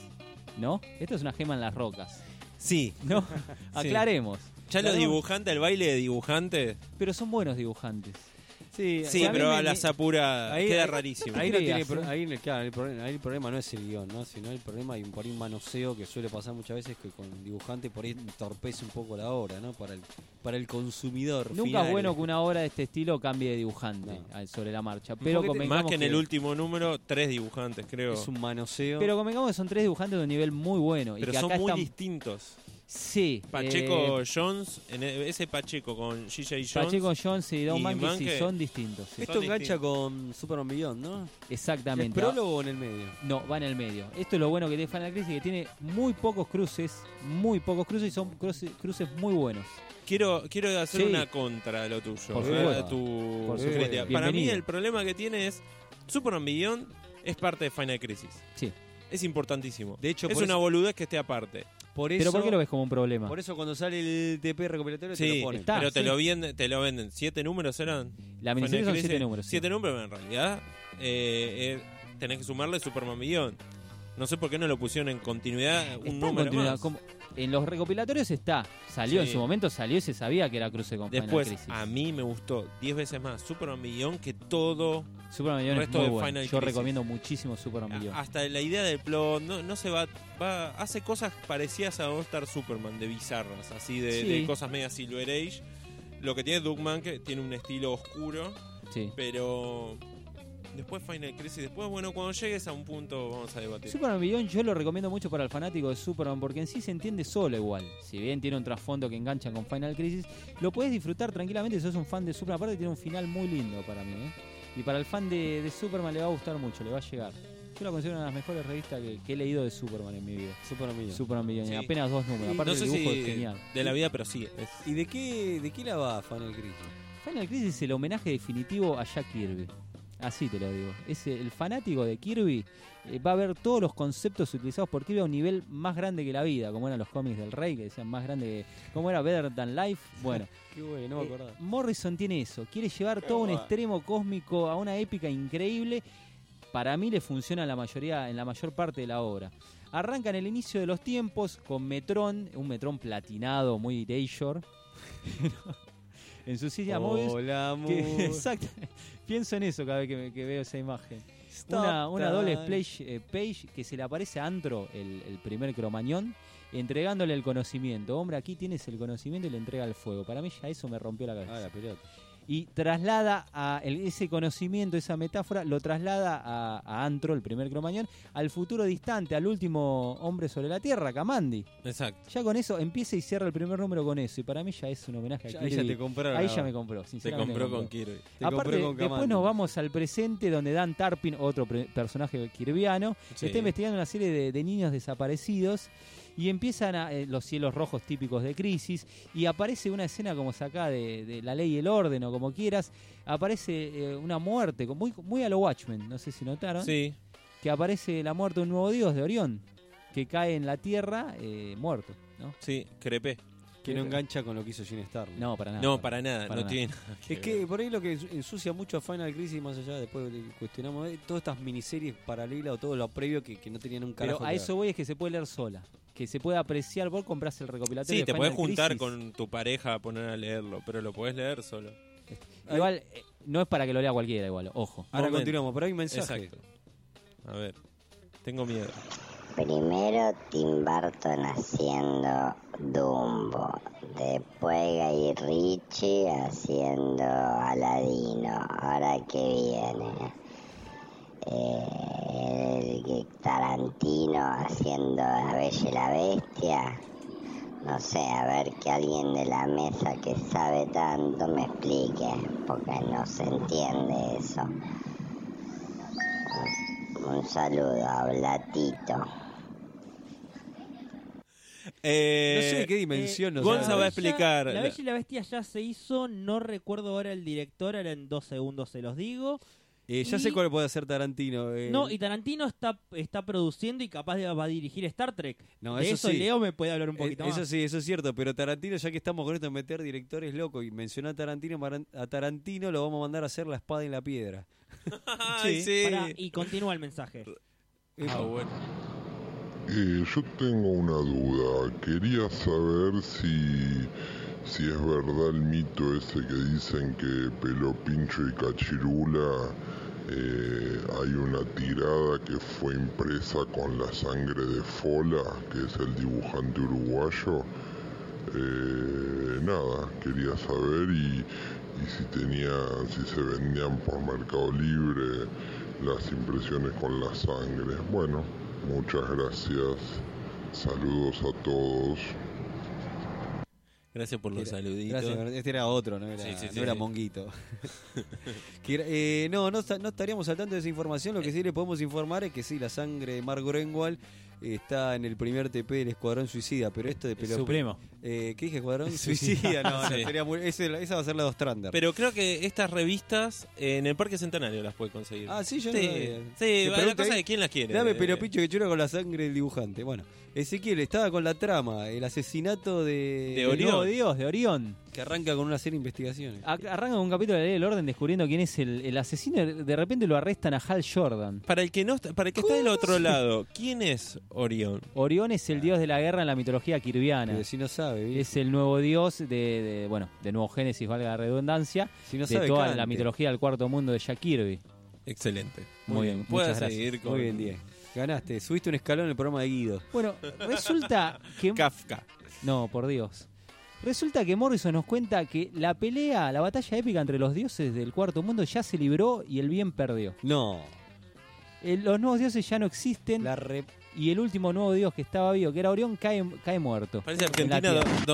G: ¿no? Esta es una gema en las rocas.
C: (laughs) Sí,
G: ¿no? Aclaremos.
C: ya los dibujantes, el baile de dibujantes.
G: Pero son buenos dibujantes.
E: Sí,
C: Sí,
E: a mí
C: pero
E: me-
C: a las apuradas.
E: ahí-
C: Queda
E: ahí-
C: rarísimo.
E: Ahí, no tiene
G: creas,
E: pro-
G: ¿eh?
E: ahí, no- claro, el, problema, ahí el problema no es el guión, ¿no? sino el problema hay un, por ahí un manoseo que suele pasar muchas veces que con dibujante por ahí entorpece un poco la obra ¿no? para, el, para el consumidor.
G: Nunca
E: final.
G: es bueno que una obra de este estilo cambie de dibujante
E: No.
G: al- sobre la marcha. Pero
E: poquito-
G: convengamos
C: Más que en el último número, tres dibujantes, creo.
E: Es un manoseo.
G: Pero convengamos que son tres dibujantes de un nivel muy bueno. y
C: Pero
G: que
C: son
G: acá
C: muy
G: están.
C: distintos.
G: Sí.
C: Pacheco
G: eh,
C: Jones, en e- ese Pacheco con G.J. Jones.
G: Pacheco Jones y Don
C: y
G: Mankey sí,
C: Mankey.
G: son distintos. sí.
E: Esto
C: son
E: engancha con Superman Beyond, ¿no? ¿El
G: Exactamente.
E: prólogo o en el medio?
G: No, va en el medio. Esto es lo bueno que tiene Final Crisis, que tiene muy pocos cruces, muy pocos cruces y son cruce- cruces muy buenos.
C: Quiero, quiero hacer
G: Sí.
C: una contra a lo tuyo. eh,
G: Por
C: a
G: supuesto.
C: tu
G: Por
C: crítica.
G: supuesto.
C: Para mí
G: Bienvenido.
C: el problema que tiene es Superman Beyond es parte de Final Crisis.
G: Sí.
C: Es importantísimo.
E: De hecho,
C: es
E: por
C: una
E: eso-
C: boludez que esté aparte.
E: Por
G: Pero
E: eso,
G: ¿por qué lo ves como un problema?
E: Por eso cuando sale el TP recopilatorio te
C: Sí,
E: lo ponen.
G: está.
C: pero te
G: sí.
C: lo venden, te lo venden. ¿Siete números eran? Final
G: La miniserie son
C: Crisis.
G: siete números. sí.
C: Siete números, pero en realidad eh, eh, tenés que sumarle Superman Beyond. No sé por qué no lo pusieron en continuidad un
G: Está en
C: número
G: continuidad,
C: más.
G: como- en los recopilatorios está. Salió
C: Sí.
G: en su momento, salió y se sabía que era cruce con
C: Después, ah,
G: Final Crisis.
C: a mí me gustó 10 veces más Superman Beyond que todo
G: Superman Millón es
C: resto
G: muy
C: de
G: bueno.
C: Final
G: Yo
C: Crisis. Ah,
G: recomiendo muchísimo Superman Millón.
C: Hasta la idea del plot, no, no se va, va- Hace cosas parecidas a All Star Superman, de bizarras, así de,
G: Sí.
C: de cosas media Silver Age. Lo que tiene Duckman, que tiene un estilo oscuro,
G: sí.
C: pero. Después Final Crisis, después, bueno, cuando llegues a un punto, vamos a debatir.
G: Superman Beyond yo lo recomiendo mucho para el fanático de Superman porque en sí se entiende solo igual. Si bien tiene un trasfondo que engancha con Final Crisis, lo puedes disfrutar tranquilamente si sos un fan de Superman. Aparte tiene un final muy lindo para mí. ¿eh? Y para el fan de, de Superman le va a gustar mucho, le va a llegar. Yo lo considero una de las mejores revistas que, que he leído de Superman en mi vida.
E: Superman Beyond.
G: Superman Beyond,
C: Sí.
G: apenas dos números. Aparte
C: no sé
G: el dibujo
C: si
G: es genial.
C: de la vida, pero sí. es-
E: ¿Y de qué, de qué la va Final Crisis?
G: Final Crisis es el homenaje definitivo a Jack Kirby. Así te lo digo. Es el fanático de Kirby eh, va a ver todos los conceptos utilizados por Kirby a un nivel más grande que la vida, como eran los cómics del Rey, que decían más grande que. como era Better Than Life? Bueno,
E: Qué bueno, (laughs) no me
G: eh,
E: acordaba.
G: Morrison tiene eso. Quiere llevar todo a un
E: guay.
G: extremo cósmico, a una épica increíble. Para mí le funciona en la mayoría, en la mayor parte de la obra. Arranca en el inicio de los tiempos con Metrón, un Metrón platinado, muy Dayshore. (laughs) en su
E: Oh,
G: silla móvil.
E: Hola,
G: Que-
E: (laughs)
G: (laughs)
E: amor.
G: exacto. Pienso en eso cada vez que, me- que veo esa imagen.
E: Stop
G: Una, una doble
E: time.
G: splash, eh, page que se le aparece a Antro, el, el primer cromañón, entregándole el conocimiento. Hombre, aquí tienes el conocimiento y le entrega el fuego. Para mí ya eso me rompió la cabeza.
E: Ah, la pelota.
G: Y traslada a el- ese conocimiento, esa metáfora, lo traslada a, a Antro, el primer cromañón, al futuro distante, al último hombre sobre la Tierra, Kamandi.
C: Exacto.
G: Ya con eso empieza y cierra el primer número con eso. Y para mí ya es un homenaje a
E: Ya-
G: Kirby.
E: Ahí ya te compraron.
G: Ahí
E: la-
G: ya me compró,
C: Se
G: sinceramente.
C: compró
G: me
C: con Kirby.
E: te
G: Aparte,
E: compró con
G: después
E: Kamandi.
G: nos vamos al presente donde Dan Tarpin, otro pre- personaje kirviano,
C: Sí.
G: está investigando una serie de, de niños desaparecidos y empiezan a, eh, los cielos rojos típicos de Crisis y aparece una escena como sacá de, de La Ley y el Orden o como quieras, aparece eh, una muerte, como muy, muy a lo Watchmen, no sé si notaron,
C: Sí.
G: que aparece la muerte de un nuevo dios de Orión que cae en la Tierra eh, muerto, ¿no?
C: Sí, crepé.
E: Que no engancha con lo que hizo Gene Starr.
G: No, para nada.
C: No, para nada,
G: Ah, para
C: no
G: nada.
C: tiene nada
E: Es que por ahí lo que ensucia mucho a Final Crisis, más allá, después le cuestionamos, eh, todas estas miniseries paralelas o todo lo previo que, que no tenían un carajo.
G: Pero a
E: que
G: eso voy es que se puede leer sola. Que se puede apreciar, vos comprás el recopilatorio.
C: Sí,
G: de
C: te
G: Final
C: podés juntar
G: Crisis.
C: con tu pareja a poner a leerlo, pero lo podés leer solo.
G: Igual, eh, no es para que lo lea cualquiera, igual, ojo.
E: ver. Ahora
C: Momento.
E: continuamos, pero hay un mensaje.
C: Exacto. A ver, tengo miedo.
H: Primero Tim Burton haciendo Dumbo, después Guy Ritchie haciendo Aladino, ahora que viene eh, el Tarantino haciendo La Bella y la Bestia, no sé, a ver que alguien de la mesa que sabe tanto me explique, porque no se entiende eso. Un saludo, habla Tito.
E: No
C: Eh,
E: sé de qué dimensión nos
C: Gonza
E: habla.
C: va a explicar. Ah,
F: La
C: La-
F: Bella y la Bestia ya se hizo, no recuerdo ahora el director, ahora en dos segundos se los digo.
E: Eh, ya
F: Y-
E: sé cuál puede hacer Tarantino. eh,
F: No, y Tarantino está, está produciendo y capaz de, va a dirigir Star Trek.
E: No,
F: de
E: eso
F: eso
E: sí.
F: Leo me puede hablar un
E: eh,
F: poquito
E: eso
F: más.
E: sí, eso es cierto, pero Tarantino, ya que estamos con esto de meter directores locos y mencionó a Tarantino, Maran- a Tarantino lo vamos a mandar a hacer la espada y la piedra.
C: Ay, sí.
F: Pará, y continúa el mensaje.
C: Ah, bueno.
I: Eh, yo tengo una duda. Quería saber si, si es verdad el mito ese que dicen que Peló Pincho y Cachirula eh, hay una tirada que fue impresa con la sangre de Fola, que es el dibujante uruguayo. Eh, nada, quería saber y, y si tenía, si se vendían por Mercado Libre las impresiones con la sangre. Bueno, muchas gracias. Saludos a todos.
C: Gracias por los
E: Era-
C: saluditos.
E: Gracias, gracias. este era otro, no era,
C: Sí, sí,
E: no
C: sí,
E: era
C: sí.
E: Monguito.
C: (laughs)
E: (laughs) Que era- eh, no, no, esta- no estaríamos al tanto de esa información. Lo que sí le podemos informar es que sí, la sangre de Mark Grenwall eh, está en el primer TP del Escuadrón Suicida, pero esto de
G: El
E: Pelopin-
G: Supremo.
E: Eh, ¿Qué dije, Escuadrón Suicida? No, no,
C: (laughs) Sí.
E: sería muy- ese- esa va a ser la dos Trander.
C: Pero creo que estas revistas eh, en el Parque Centenario las puede conseguir.
E: Ah, sí, yo no
C: Sí,
E: sabía.
C: sí,
E: Te
C: va, la
E: pregunto
C: cosa
E: ahí,
C: de quién las quiere.
E: Dame
C: Eh,
E: pero pincho que chura con la sangre del dibujante. Bueno, Ezequiel estaba con la trama, el asesinato de,
C: De
G: El
C: Orión.
G: nuevo Dios, de Orión.
E: que arranca con una serie de investigaciones.
G: Ac- Arranca con un capítulo de la ley del orden descubriendo quién es el, el asesino. De repente lo arrestan a Hal Jordan.
C: Para el que no está, para el que está del
E: (laughs)
C: otro lado, ¿quién es Orión?
G: Orión es el dios de la guerra en la mitología kirviana.
E: Pero si no sabe, ¿viste?
G: Es el nuevo dios de, de- bueno, de nuevo Génesis, valga la redundancia,
E: si no
G: de
E: sabe
G: toda
E: cante.
G: la mitología del cuarto mundo de Jack Kirby.
C: Excelente.
G: Muy bien,
C: Puedes
G: muchas gracias.
C: seguir con
E: Muy bien, 10. Ganaste, subiste un escalón en el programa de Guido.
G: Bueno, resulta que...
C: Kafka.
G: No, por Dios. Resulta que Morrison nos cuenta que la pelea, la batalla épica entre los dioses del cuarto mundo ya se libró y el bien perdió.
E: No,
G: Eh, los nuevos dioses ya no existen
E: la re...
G: y el último nuevo dios que estaba vivo, que era Orión, cae, cae muerto. (laughs)
C: Parece
G: En la
C: Argentina do-
G: Tierra.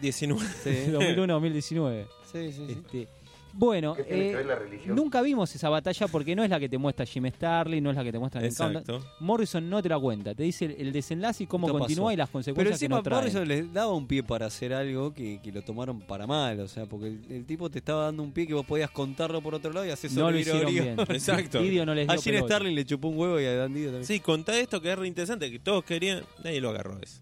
C: 2019.
E: Sí,
G: 2001-2019.
E: sí, sí. sí.
G: Este, bueno,
J: ¿Qué tiene
G: eh,
J: que ver la religión?
G: nunca vimos esa batalla porque no es la que te muestra Jim Starley, no es la que te muestra en el
C: Exacto.
G: Countdown. Morrison no te la cuenta, te dice el, el desenlace y cómo
E: Esto
G: continúa
E: pasó.
G: y las
E: Pero
G: consecuencias que
E: encima
G: nos trae.
E: Morrison les daba un pie para hacer algo que, que lo tomaron para mal, o sea, porque el, el tipo te estaba dando un pie que vos podías contarlo por otro lado y haces
G: No lo hicieron bien.
E: (laughs)
C: Exacto.
G: Didio no les dio
E: A Gene
G: pelota.
E: Starling le chupó un huevo y a Dan Didio también.
C: Sí, contá esto que es re interesante, que todos querían, nadie lo agarró eso.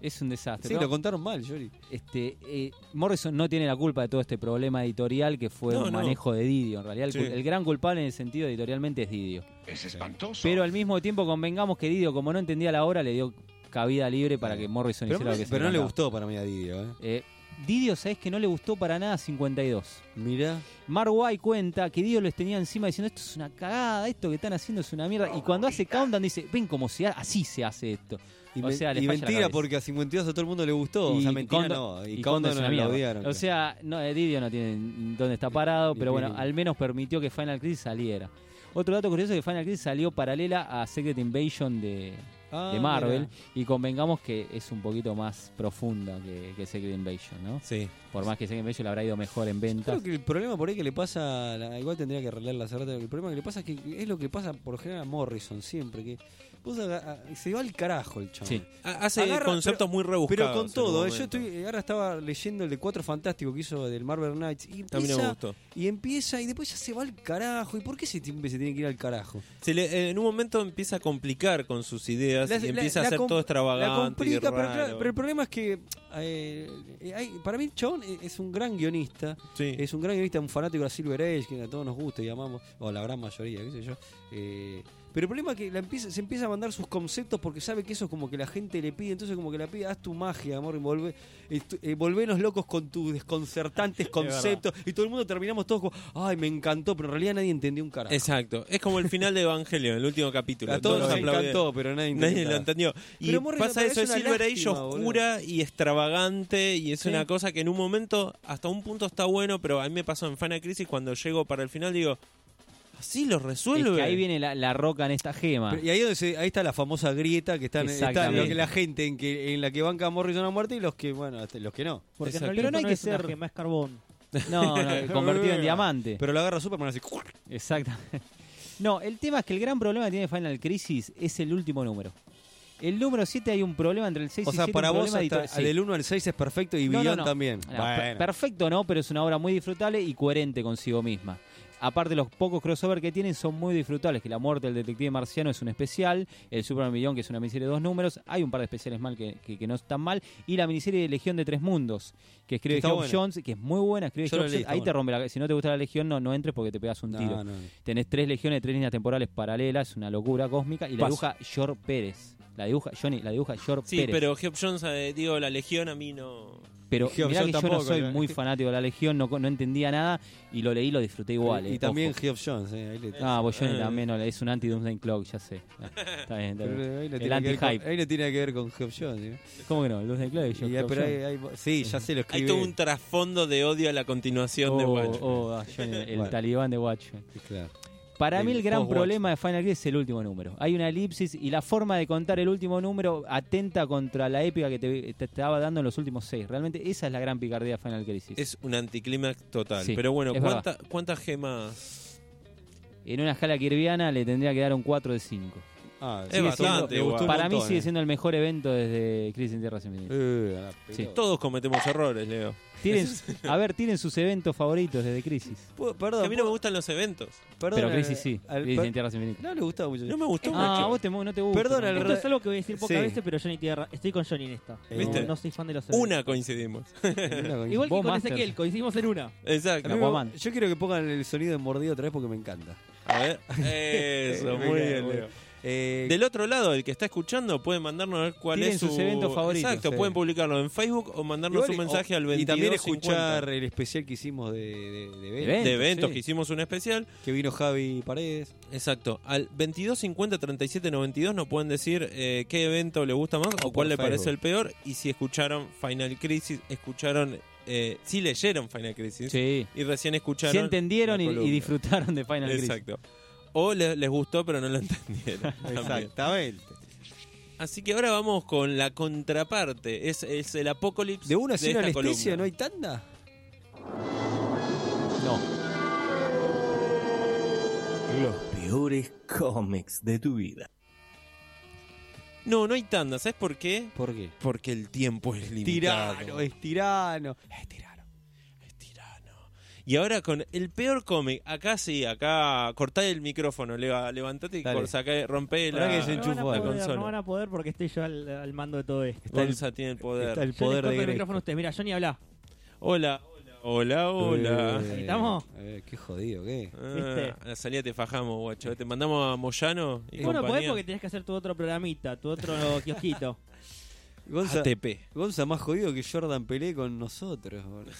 G: Es un desastre.
E: Sí,
G: ¿no?
E: lo contaron mal, Yori.
G: Este, eh, Morrison no tiene la culpa de todo este problema editorial que fue
C: No,
G: un
C: no.
G: manejo de Didio. En realidad, el,
C: Sí.
G: cul- el gran culpable en el sentido editorialmente es Didio.
J: Es espantoso.
G: Pero al mismo tiempo convengamos que Didio, como no entendía la obra, le dio cabida libre para que Morrison
E: Pero,
G: hiciera lo que se
E: pero no le
G: mandaba.
E: gustó para mí a Didio, ¿eh?
G: Eh, Didio, ¿sabés que no le gustó para nada 52?
E: Mirá.
G: Mark White cuenta que Didio les tenía encima diciendo esto es una cagada, esto que están haciendo es una mierda. Y cuando hace countdown dice, ven cómo se hace, así se hace esto.
E: Y,
G: O
E: men-
G: sea, le
E: y
G: falla la
E: mentira
G: cabeza.
E: porque a 52 a todo el mundo le gustó. o sea, mentira no. Y,
G: Kondo
E: Countdown
G: es una
E: lo
G: mierda.
E: odiaron.
G: O sea, no, eh, Didio no tiene n- dónde está parado,
E: Ni
G: pero bueno,
E: tiene ni-
G: al menos permitió que Final Crisis saliera. Otro dato curioso es que Final Crisis salió paralela a Secret Invasion de,
E: Ah,
G: de Marvel
E: mirá.
G: y convengamos que es un poquito más profunda que, que Secret Invasion, ¿no?
C: Sí.
G: Por más que Secret Invasion le habrá ido mejor en ventas.
E: Creo que el problema por ahí que le pasa, a la- igual tendría que arreglar la cerrata, el problema que le pasa es que es lo que pasa por general a Morrison siempre, que vos aga- a- se va al carajo el chaval.
G: Sí.
C: Ha- Hace
E: Agarra-
C: conceptos muy rebuscados.
E: Pero con
C: en
E: todo,
C: un
E: eh, yo
C: momento.
E: estoy, ahora estaba leyendo el de Cuatro Fantásticos que hizo del Marvel Knights y
C: También me
E: empieza,
C: gustó.
E: y empieza y después ya se va al carajo. ¿Y por qué se, siempre se tiene que ir al carajo?
C: Se le- eh, en un momento empieza a complicar con sus ideas
E: La-
C: y empieza
E: la-
C: a
E: la
C: ser
E: com-
C: todo extravagante.
E: La complica,
C: y
E: pero,
C: raro.
E: claro, pero el problema es que eh, eh, hay- para mí Chabón es- es un gran guionista.
C: Sí.
E: Es un gran guionista, un fanático de la Silver Age, que a todos nos gusta y amamos, o la gran mayoría, qué sé yo. Eh, pero el problema es que la empieza, se empieza a mandar sus conceptos porque sabe que eso es como que la gente le pide, entonces como que la pide, haz tu magia, amor, y volvé, estu- eh, volvenos locos con
C: (laughs)
E: tus desconcertantes conceptos. Y todo el mundo terminamos todos como, ay, me encantó, pero en realidad nadie entendió un carajo.
C: Exacto. Es como el final de Evangelio, el último capítulo.
E: a todos nos
C: aplauden.
E: encantó, pero nadie entendió.
C: Nadie
E: un
C: lo
E: carajo.
C: entendió. Y
E: Pero Morrison,
C: pasa
E: pero
C: eso,
E: es
C: es
E: una
C: Silver Age
E: lástima,
C: oscura y extravagante y es
E: Sí.
C: una cosa que en un momento, hasta un punto está bueno, pero a mí me pasó en Final Crisis cuando llego para el final digo, así lo
G: Es
C: resuelve.
G: que ahí viene la, la roca en esta gema.
E: Pero- y ahí, donde se- ahí está la famosa grieta que está, en- está en
G: Ah.
E: lo
G: Exactamente.
E: que la gente en, que, en la que banca a Morrison a muerte y los que, bueno, hasta los que no.
F: Porque
G: Exacto.
F: en realidad
G: Pero no hay
F: no
G: que
F: es una
G: ser-
F: gema, es carbón.
G: (laughs) No, no, convertido en
E: (laughs)
G: diamante.
E: Pero lo agarra Superman así.
G: Exactamente. No, el tema es que el gran problema que tiene Final Crisis es el último número. El número 7 hay un problema entre el 6
E: O
G: y
E: sea,
G: 7,
E: para
G: un
E: vos
G: problema
E: hasta
G: editorial. Sí.
E: del 1 al 6 es perfecto y
G: No, no,
E: Beyond
G: no.
E: también.
G: No, per- Perfecto no, pero es una obra muy disfrutable y coherente consigo misma. Aparte, los pocos crossover que tienen son muy disfrutables, que La muerte del detective marciano es un especial, el Superman Millón, que es una miniserie de dos números, hay un par de especiales mal que, que- que no están mal, y la miniserie de Legión de Tres Mundos, que escribe
E: Está
G: Geoff
E: buena.
G: Jones, que es muy buena, escribe
E: Yo lo
G: Geoff
E: leí,
G: Jones,
E: está
G: ahí te
E: buena.
G: rompe la Si no te gusta la Legión, no, no entres porque te pegas un
E: No,
G: tiro.
E: no, no.
G: Tenés tres legiones, tres líneas temporales paralelas, una locura cósmica, y la
C: Paso.
G: dibuja George Pérez. La dibuja, Johnny, la dibuja George
C: Sí,
G: Pérez.
C: pero Geoff Jones, eh, digo, la Legión a mí no...
G: pero
E: Geoff
G: mirá
E: John
G: que yo no
E: tampoco,
G: soy
E: ¿no? (laughs)
G: muy fanático de la Legión, no, co- no entendía nada y lo leí y lo disfruté igual.
E: y
G: eh,
E: también
G: ojo.
E: Geoff Jones, eh, ahí le-
G: Ah, Boyoni
C: Eh.
G: también no, es un anti-Doomsday Clock, ya sé. Ah, Está bien,
E: (laughs)
G: está
E: pero
G: bien.
E: ahí no
G: El
E: tiene que ver con-
G: anti-hype.
E: Ahí no tiene que ver con Geoff Jones. ¿eh?
G: ¿Cómo que no? El Doomsday Clock es
E: Y,
G: Geoff
E: ah, pero
G: John.
E: ahí- ahí- sí, ya se lo
C: Hay
E: escribí.
C: todo un trasfondo de odio a la continuación de
G: Oh,
C: Watchmen.
G: oh, ah, Johnny, el
E: Bueno.
G: talibán de Watchmen.
E: Claro.
G: Para mí
E: El
G: el gran
E: post-Watchmen.
G: problema de Final Crisis es el último número. Hay una elipsis y la forma de contar el último número atenta contra la épica que te, te estaba dando en los últimos seis. Realmente esa es la gran picardía de Final Crisis.
E: Eh,
C: Es un anticlímax total.
G: Sí,
C: Pero bueno,
G: es
C: ¿cuánta- ¿cuántas gemas?
G: En una escala kirviana le tendría que dar un 4 de 5.
E: Ah,
C: Es
E: sigue siendo-
C: bastante
E: me
C: igual.
E: gustó un
G: Para mí
E: montón,
G: sigue
E: eh.
G: siendo el mejor evento desde Crisis en Tierras
E: (laughs)
G: Infinitas.
E: Eh, a la
G: Sí.
E: pelota.
C: Todos cometemos errores, Leo.
G: Tiren- a ver, tienen sus eventos favoritos desde Crisis.
E: Puedo-
C: A
E: Perdón,
C: mí no me
E: puedo-
C: gustan los eventos.
E: perdón,
G: Pero
E: al-
G: Crisis sí.
E: al-
G: Crisis
E: per-
G: en Tierras Infinitas.
E: no le gusta mucho.
C: No me gustó
G: Ah,
C: mucho.
G: vos te, no te gusta.
E: Perdón,
G: ¿no?
E: el
F: Esto es algo que voy a decir pocas
E: Sí.
F: veces, pero Johnny tiene ra- Estoy con Johnny en esta. No-
C: ¿Viste?
F: No, soy fan de los
C: Una coincidimos. (laughs)
E: Una
F: Igual que
G: Vos,
F: con
G: Master.
F: Ezequiel, coincidimos en una.
E: A
C: Exacto.
E: mí me-
G: Aquaman.
E: Yo quiero que pongan el sonido de mordido otra vez porque me encanta.
C: A ver.
E: (laughs)
C: Eso, muy
E: Venga,
C: bien,
E: muy
C: Leo.
E: Eh,
C: Del otro lado, el que está escuchando, puede mandarnos a ver cuál
G: Tienen
C: es su...
G: sus eventos favoritos,
C: Exacto,
E: sí.
C: pueden publicarlo en Facebook o mandarnos
E: igual-
C: un mensaje
E: o-
C: al 22
E: Y también escuchar el especial que hicimos de, de, de Vélez,
G: Vélez.
C: de eventos,
G: sí.
C: que hicimos un especial.
E: que vino Javi Paredes.
C: Exacto. Al 22 50 37 92 nos pueden decir eh, qué evento le gusta más o,
E: por
C: cuál le
E: Facebook.
C: parece el peor. Y si escucharon Final Crisis, escucharon... eh, si leyeron Final Crisis
G: Sí.
C: y recién escucharon...
G: Si entendieron
C: la
G: y, y
C: columna.
G: disfrutaron de Final Crisis.
C: Exacto. O le- les gustó pero no lo (laughs) entendieron. también.
E: Exactamente.
C: Así que ahora vamos con la contraparte. Es, es el apocalipsis
E: De una a cien
C: esta
E: anestesia,
C: columna.
E: ¿no hay tanda?
B: Los peores cómics de tu vida.
C: No, no hay tanda. ¿Sabes por qué?
E: ¿Por qué?
C: Porque el tiempo es limitado.
E: Tirano, es tirano.
C: Es tirano. Es tirano. Y ahora con el peor cómic. Acá sí, acá cortá el micrófono. leva- Levantate y
E: Dale.
C: cor- sacá- rompé la,
E: Ahora que
F: No
E: se
F: van, a
E: enchufó
C: la
E: algo.
F: poder,
C: consola.
F: no van a poder porque estoy yo al, al mando de todo esto.
C: Gonza tiene el poder.
E: Está el
F: Yo les
E: poder
F: corto
E: de
F: el
E: Grey.
F: micrófono a usted. Mira, Johnny, habla.
C: Hola, hola, hola, hola.
E: Eh,
F: ¿Estamos?
E: eh, qué jodido, ¿qué?
C: Ah, a la salida te fajamos, guacho. Te mandamos a Moyano y
F: Vos no podés
C: compañía.
F: pues, porque tenés que hacer tu otro programita, tu
E: (laughs)
F: otro kiosquito.
E: Gonza,
C: ATP.
E: Gonza más jodido que Jordan Pelé con nosotros. boludo.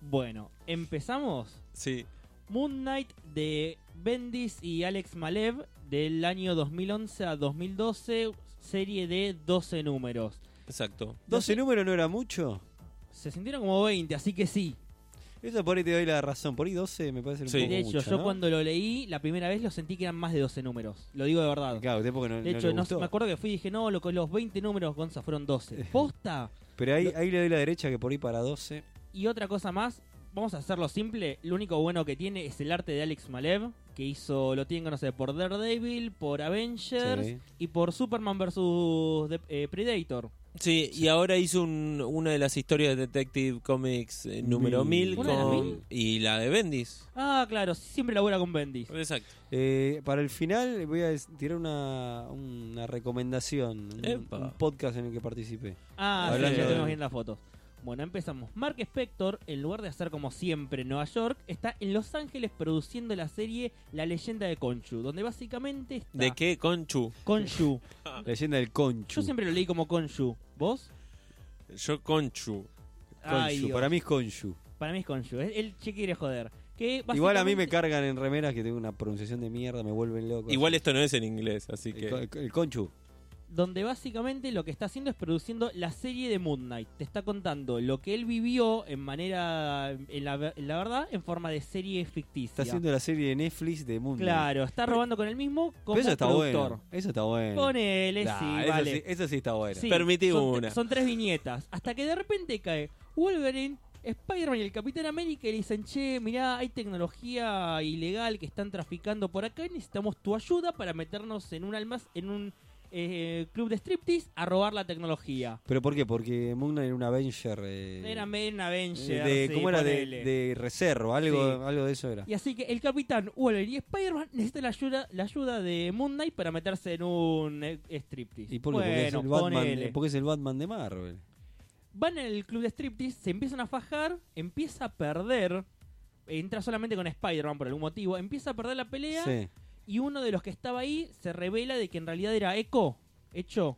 F: Bueno, empezamos.
C: Sí.
F: Moon Knight de Bendis y Alex Malev del año 2011 a 2012, serie de 12 números.
C: Exacto.
E: 12 números no era mucho.
F: Se sintieron como 20, así que sí.
E: Eso por ahí te doy la razón. Por ahí 12 me parece un
C: Sí.
E: poco
F: De hecho,
E: mucho,
F: yo
E: ¿no?
F: cuando lo leí la primera vez lo sentí que eran más de 12 números. Lo digo de verdad.
E: Claro, usted porque no,
F: De
E: no
F: hecho,
E: le
F: no-
E: gustó.
F: me acuerdo que fui y dije, no, lo- los 20 números, Gonza, fueron
E: (laughs)
F: 12. ¿Posta?
E: Pero ahí, ahí le doy la derecha que por ahí para 12.
F: Y otra cosa más, vamos a hacerlo simple. Lo único bueno que tiene es el arte de Alex Malev, que hizo, lo tienen, no sé, por Daredevil, por Avengers
E: Sí.
F: y por Superman vs. de- eh, Predator.
C: Sí, y ahora hizo un- una de las historias de Detective Comics eh, número
E: Mil.
C: 1000
F: ¿Una de las
C: con-
F: mil?
C: y la de Bendis.
F: Ah, claro, sí, siempre labura con Bendis.
C: Exacto.
E: Eh, para el final voy a des- tirar una, una recomendación, un,
C: Epa.
E: un podcast en el que participé.
F: Ah, sí,
E: Hablando
F: ya
E: de-
F: tenemos bien las fotos. Bueno, empezamos. Mark Spector, en lugar de hacer como siempre en Nueva York, está en Los Ángeles produciendo la serie La leyenda de Conchu, donde básicamente está
C: ¿De qué? Conchu.
F: Conchu.
C: Ah.
E: Leyenda del concho.
F: Yo siempre lo leí como Conchu. ¿Vos?
C: Yo Conchu.
F: Ay, Dios.
E: para mí es conchu.
F: Para mí es Conchu. Es- Él che quiere joder. Que
E: Igual a mí me
F: básicamente-
E: cargan en remeras que tengo una pronunciación de mierda, me vuelven loco.
C: Igual esto no es en inglés, así
E: el, co-
C: que...
E: el, conchu.
F: Donde básicamente lo que está haciendo es produciendo la serie de Moon Knight. Te está contando lo que él vivió en manera. En la, ver- en la verdad, en forma de serie ficticia.
E: Está haciendo la serie de Netflix de Mundo.
F: Claro, está robando con el mismo como
E: Pero eso está
F: productor.
E: bueno. Eso está bueno.
F: Ponele,
E: Nah,
F: sí,
E: eso,
F: vale.
E: sí, eso sí está bueno.
F: Sí,
C: Permití
F: son,
C: una.
F: Son tres viñetas. Hasta que de repente cae Wolverine, Spider-Man y el Capitán América y le dicen, che, mirá, hay tecnología ilegal que están traficando por acá y necesitamos tu ayuda para meternos en un almaz, en un eh, club de striptease a robar la tecnología.
E: ¿Pero por qué? Porque Moon Knight era un Avenger. eh,
F: Era Men
E: eh,
F: Avenger.
E: de,
F: sí,
E: ¿Cómo era? De,
F: ponele.
E: de reserva, algo,
F: Sí.
E: algo de eso era.
F: Y así que el Capitán Wolverine y Spider-Man necesitan la ayuda, la ayuda de Moon Knight para meterse en un eh, striptease.
E: ¿Y por qué? porque, es
F: Bueno,
E: el Batman,
F: ponele.
E: porque es el Batman de Marvel.
F: Van al club de striptease, se empiezan a fajar, empieza a perder. Entra solamente con Spider-Man por algún motivo. Empieza a perder la pelea
E: Sí.
F: y uno de los que estaba ahí se revela de que en realidad era Echo. Hecho.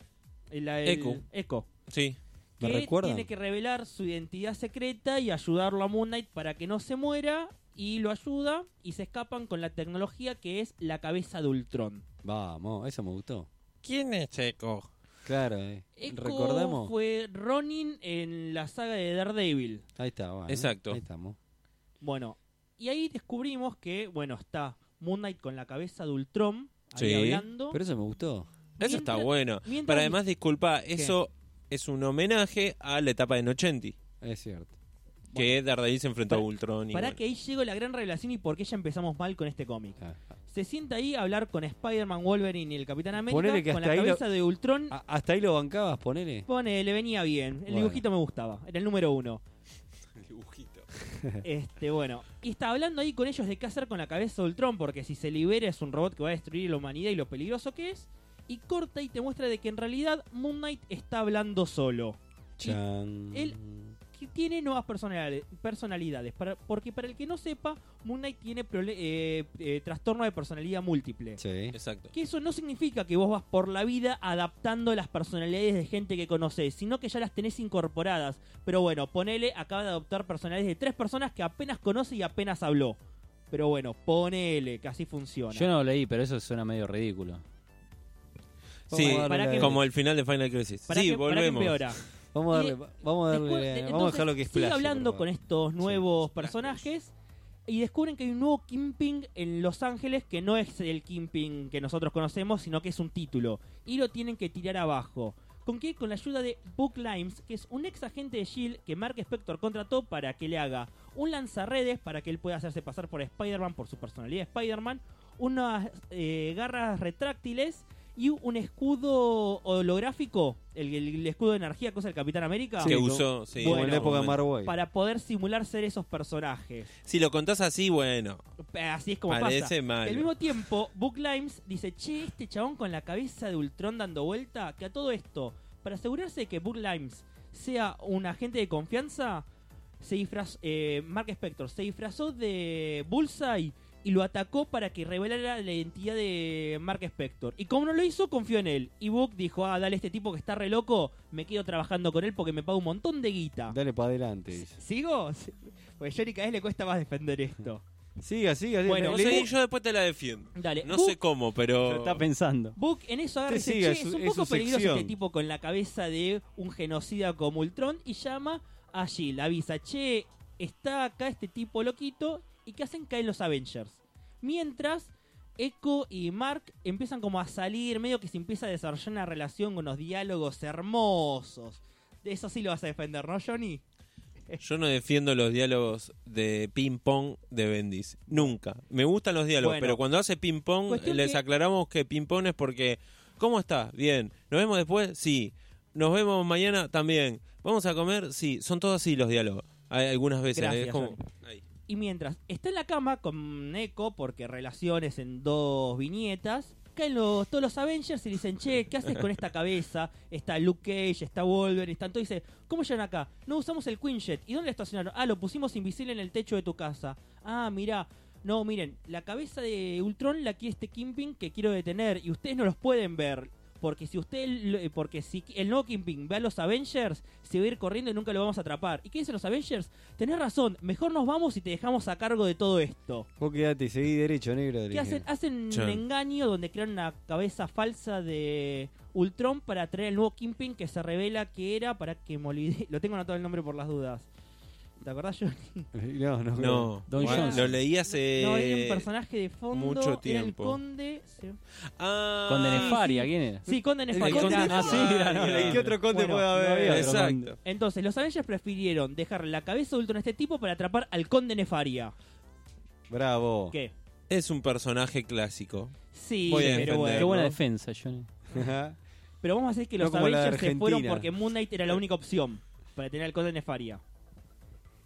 F: el- el-
C: Echo.
F: Echo.
C: Sí.
F: Que
E: ¿Me
F: que
E: recuerdan?
F: tiene que revelar su identidad secreta y ayudarlo a Moon Knight para que no se muera y lo ayuda y se escapan con la tecnología que es la cabeza de Ultron.
E: Vamos, eso me gustó.
C: ¿Quién es Checo?
E: Claro, eh.
F: Echo
E: recordamos.
F: fue Ronin en la saga de Daredevil.
E: Ahí está, bueno, ¿eh?
C: Exacto.
E: Ahí estamos.
F: Bueno, y ahí descubrimos que, bueno, está Moon Knight con la cabeza de Ultron ahí
C: Sí,
F: hablando.
E: Pero eso me gustó.
C: Eso está
F: Mientras-
C: bueno.
F: mientras-
C: Pero además, disculpa, eso es un homenaje a la etapa de Nochenti,
E: Es cierto.
C: que Daredevil se enfrentó
F: Para-
C: a Ultron. Y
F: Para
C: bueno.
F: que ahí llegó la gran revelación y por qué ya empezamos mal con este cómic.
E: Ah,
F: Se sienta ahí a hablar con Spider-Man, Wolverine y el Capitán América
E: Ponele que
F: con la
E: hasta ahí lo-
F: cabeza de Ultron.
E: ah, Hasta ahí lo bancabas, ponele.
F: Pone, le venía bien. El
E: Bueno.
F: dibujito me gustaba. Era el número uno. (laughs) Este, bueno. Y está hablando ahí con ellos de qué hacer con la cabeza de Ultron, porque si se libera es un robot que va a destruir la humanidad y lo peligroso que es. Y corta y te muestra de que en realidad Moon Knight está hablando solo. Y
E: Chan.
F: él- que tiene nuevas personali- personalidades. Para- porque para el que no sepa, Moon Knight tiene prole- eh, eh, trastorno de personalidad múltiple.
E: Sí.
C: Exacto.
F: Que eso no significa que vos vas por la vida adaptando las personalidades de gente que conocés, sino que ya las tenés incorporadas. Pero bueno, ponele, acaba de adoptar personalidades de tres personas que apenas conoce y apenas habló. Pero bueno, ponele, que así funciona.
G: Yo no lo leí, pero eso suena medio ridículo.
E: Vamos
C: Sí,
E: a darle
F: para
E: la-
F: que-
C: como el final de Final Crisis.
F: Pará
C: sí,
F: que- pará que
C: volvemos.
F: empeora.
E: Vamos a darle,
F: Y-
E: vamos a darle,
F: Después,
E: vamos
F: entonces,
E: a dejarlo que es
F: sigue
E: plagio,
F: hablando
E: por
F: con
E: favor.
F: estos nuevos
C: Splash.
F: personajes y descubren que hay un nuevo Kingpin en Los Ángeles que no es el Kingpin que nosotros conocemos, sino que es un título. Y lo tienen que tirar abajo. ¿Con qué? Con la ayuda de Book Limes, que es un ex agente de Shield E que Mark Spector contrató para que le haga un lanzarredes para que él pueda hacerse pasar por Spider-Man, por su personalidad de Spider-Man, unas eh, garras retráctiles y un escudo holográfico, el, el escudo de energía que usa el Capitán América
C: Que
E: Sí, como-
C: usó, sí.
E: Como en
F: Bueno,
E: la época de Marvel.
F: para poder simular ser esos personajes.
C: Si lo contás así, bueno.
F: Así es como
C: parece
F: pasa.
C: mal.
F: Al mismo tiempo, Book Limes dice, che, este chabón con la cabeza de Ultron dando vuelta, que a todo esto, para asegurarse de que Book Limes sea un agente de confianza, se disfrazó, eh, Mark Spector se disfrazó de Bullseye y lo atacó para que revelara la identidad de Mark Spector. Y como no lo hizo, confió en él. Y Book dijo, ah, dale, este tipo que está re loco, me quedo trabajando con él porque me paga un montón de guita.
E: Dale para adelante. dice.
F: ¿Sigo? Pues Johnny cada vez le cuesta más defender esto.
E: Siga, siga. siga.
F: Bueno,
E: Le-
C: Vos
E: le-
C: seguí, yo después te la defiendo.
F: Dale. Uh.
C: No
F: Book,
C: sé cómo, pero.
G: Está pensando.
F: Book en eso agarra y dice,
E: Usted
F: "Che,
E: siga,
F: es
E: es su-
F: un
E: es
F: poco
E: su
F: peligroso
E: sección".
F: este tipo con la cabeza de un genocida como Ultron y llama a Jill, avisa, che, está acá este tipo loquito y que hacen caer los Avengers. Mientras Echo y Mark empiezan como a salir, medio que se empieza a desarrollar una relación con unos diálogos hermosos. De eso sí lo vas a defender, ¿no, Johnny?
C: Yo no defiendo los diálogos de ping-pong de Bendis. Nunca. Me gustan los diálogos,
F: Bueno.
C: pero cuando hace ping-pong,
F: Cuestión
C: les
F: que-
C: aclaramos que ping-pong es porque. ¿Cómo estás? Bien. ¿Nos vemos después? Sí. ¿Nos vemos mañana? También. ¿Vamos a comer? Sí. Son todos así los diálogos. Hay algunas veces.
F: Gracias,
C: es como. Ahí.
F: Y mientras está en la cama con Echo, porque relaciones en dos viñetas, caen los, todos los Avengers y le dicen, che, ¿qué haces con esta cabeza? Está Luke Cage, está Wolverine, están todos. Y dice, ¿cómo llegaron acá? No usamos el Quinjet. ¿Y dónde lo estacionaron? Ah, lo pusimos invisible en el techo de tu casa. Ah, mirá. No, miren, la cabeza de Ultron la quiere este Kingpin que quiero detener y ustedes no los pueden ver. Porque si usted, lo- eh, porque si el nuevo Kingpin ve a los Avengers, se va a ir corriendo y nunca lo vamos a atrapar. ¿Y qué dicen los Avengers? Tenés razón, mejor nos vamos y te dejamos a cargo de todo esto.
E: Vos quedate y seguí derecho, negro. le
F: ¿Qué
E: dije.
F: hacen? Hacen
C: Sí.
F: un engaño donde crean una cabeza falsa de Ultron para traer el nuevo Kingpin que se revela que era para que me olvidé. (laughs) Lo tengo anotado el nombre por las dudas. ¿Te acordás, Johnny? (laughs)
E: No, no.
C: No.
G: Don
C: Bueno,
G: Johnson.
C: Lo leí hace.
F: no, era un personaje de fondo.
C: Eh, mucho
F: Era el
C: tiempo.
F: conde. se-
C: Ah,
G: Con Denefaria, ¿quién era?
F: Sí, conde en
C: El
F: español.
C: conde
F: Ah,
C: Nefaria.
F: sí, era, no,
C: Ay,
F: no.
E: ¿Qué otro conde
F: Bueno,
E: puede haber?
G: había otro.
C: Exacto.
F: Entonces, los Avengers prefirieron dejar la cabeza de Ultron a este tipo para atrapar al conde Nefaria.
E: Bravo.
F: ¿Qué?
C: Es un personaje clásico.
F: Sí,
C: Voy a
F: pero
C: defender,
F: bueno.
G: Qué buena
C: ¿no?
G: defensa, Johnny.
E: Ajá.
F: Pero vamos a hacer que los
E: No como la de
F: Avengers se fueron
E: Argentina. Eh.
F: porque Moon Knight era la única opción para tener al conde Nefaria.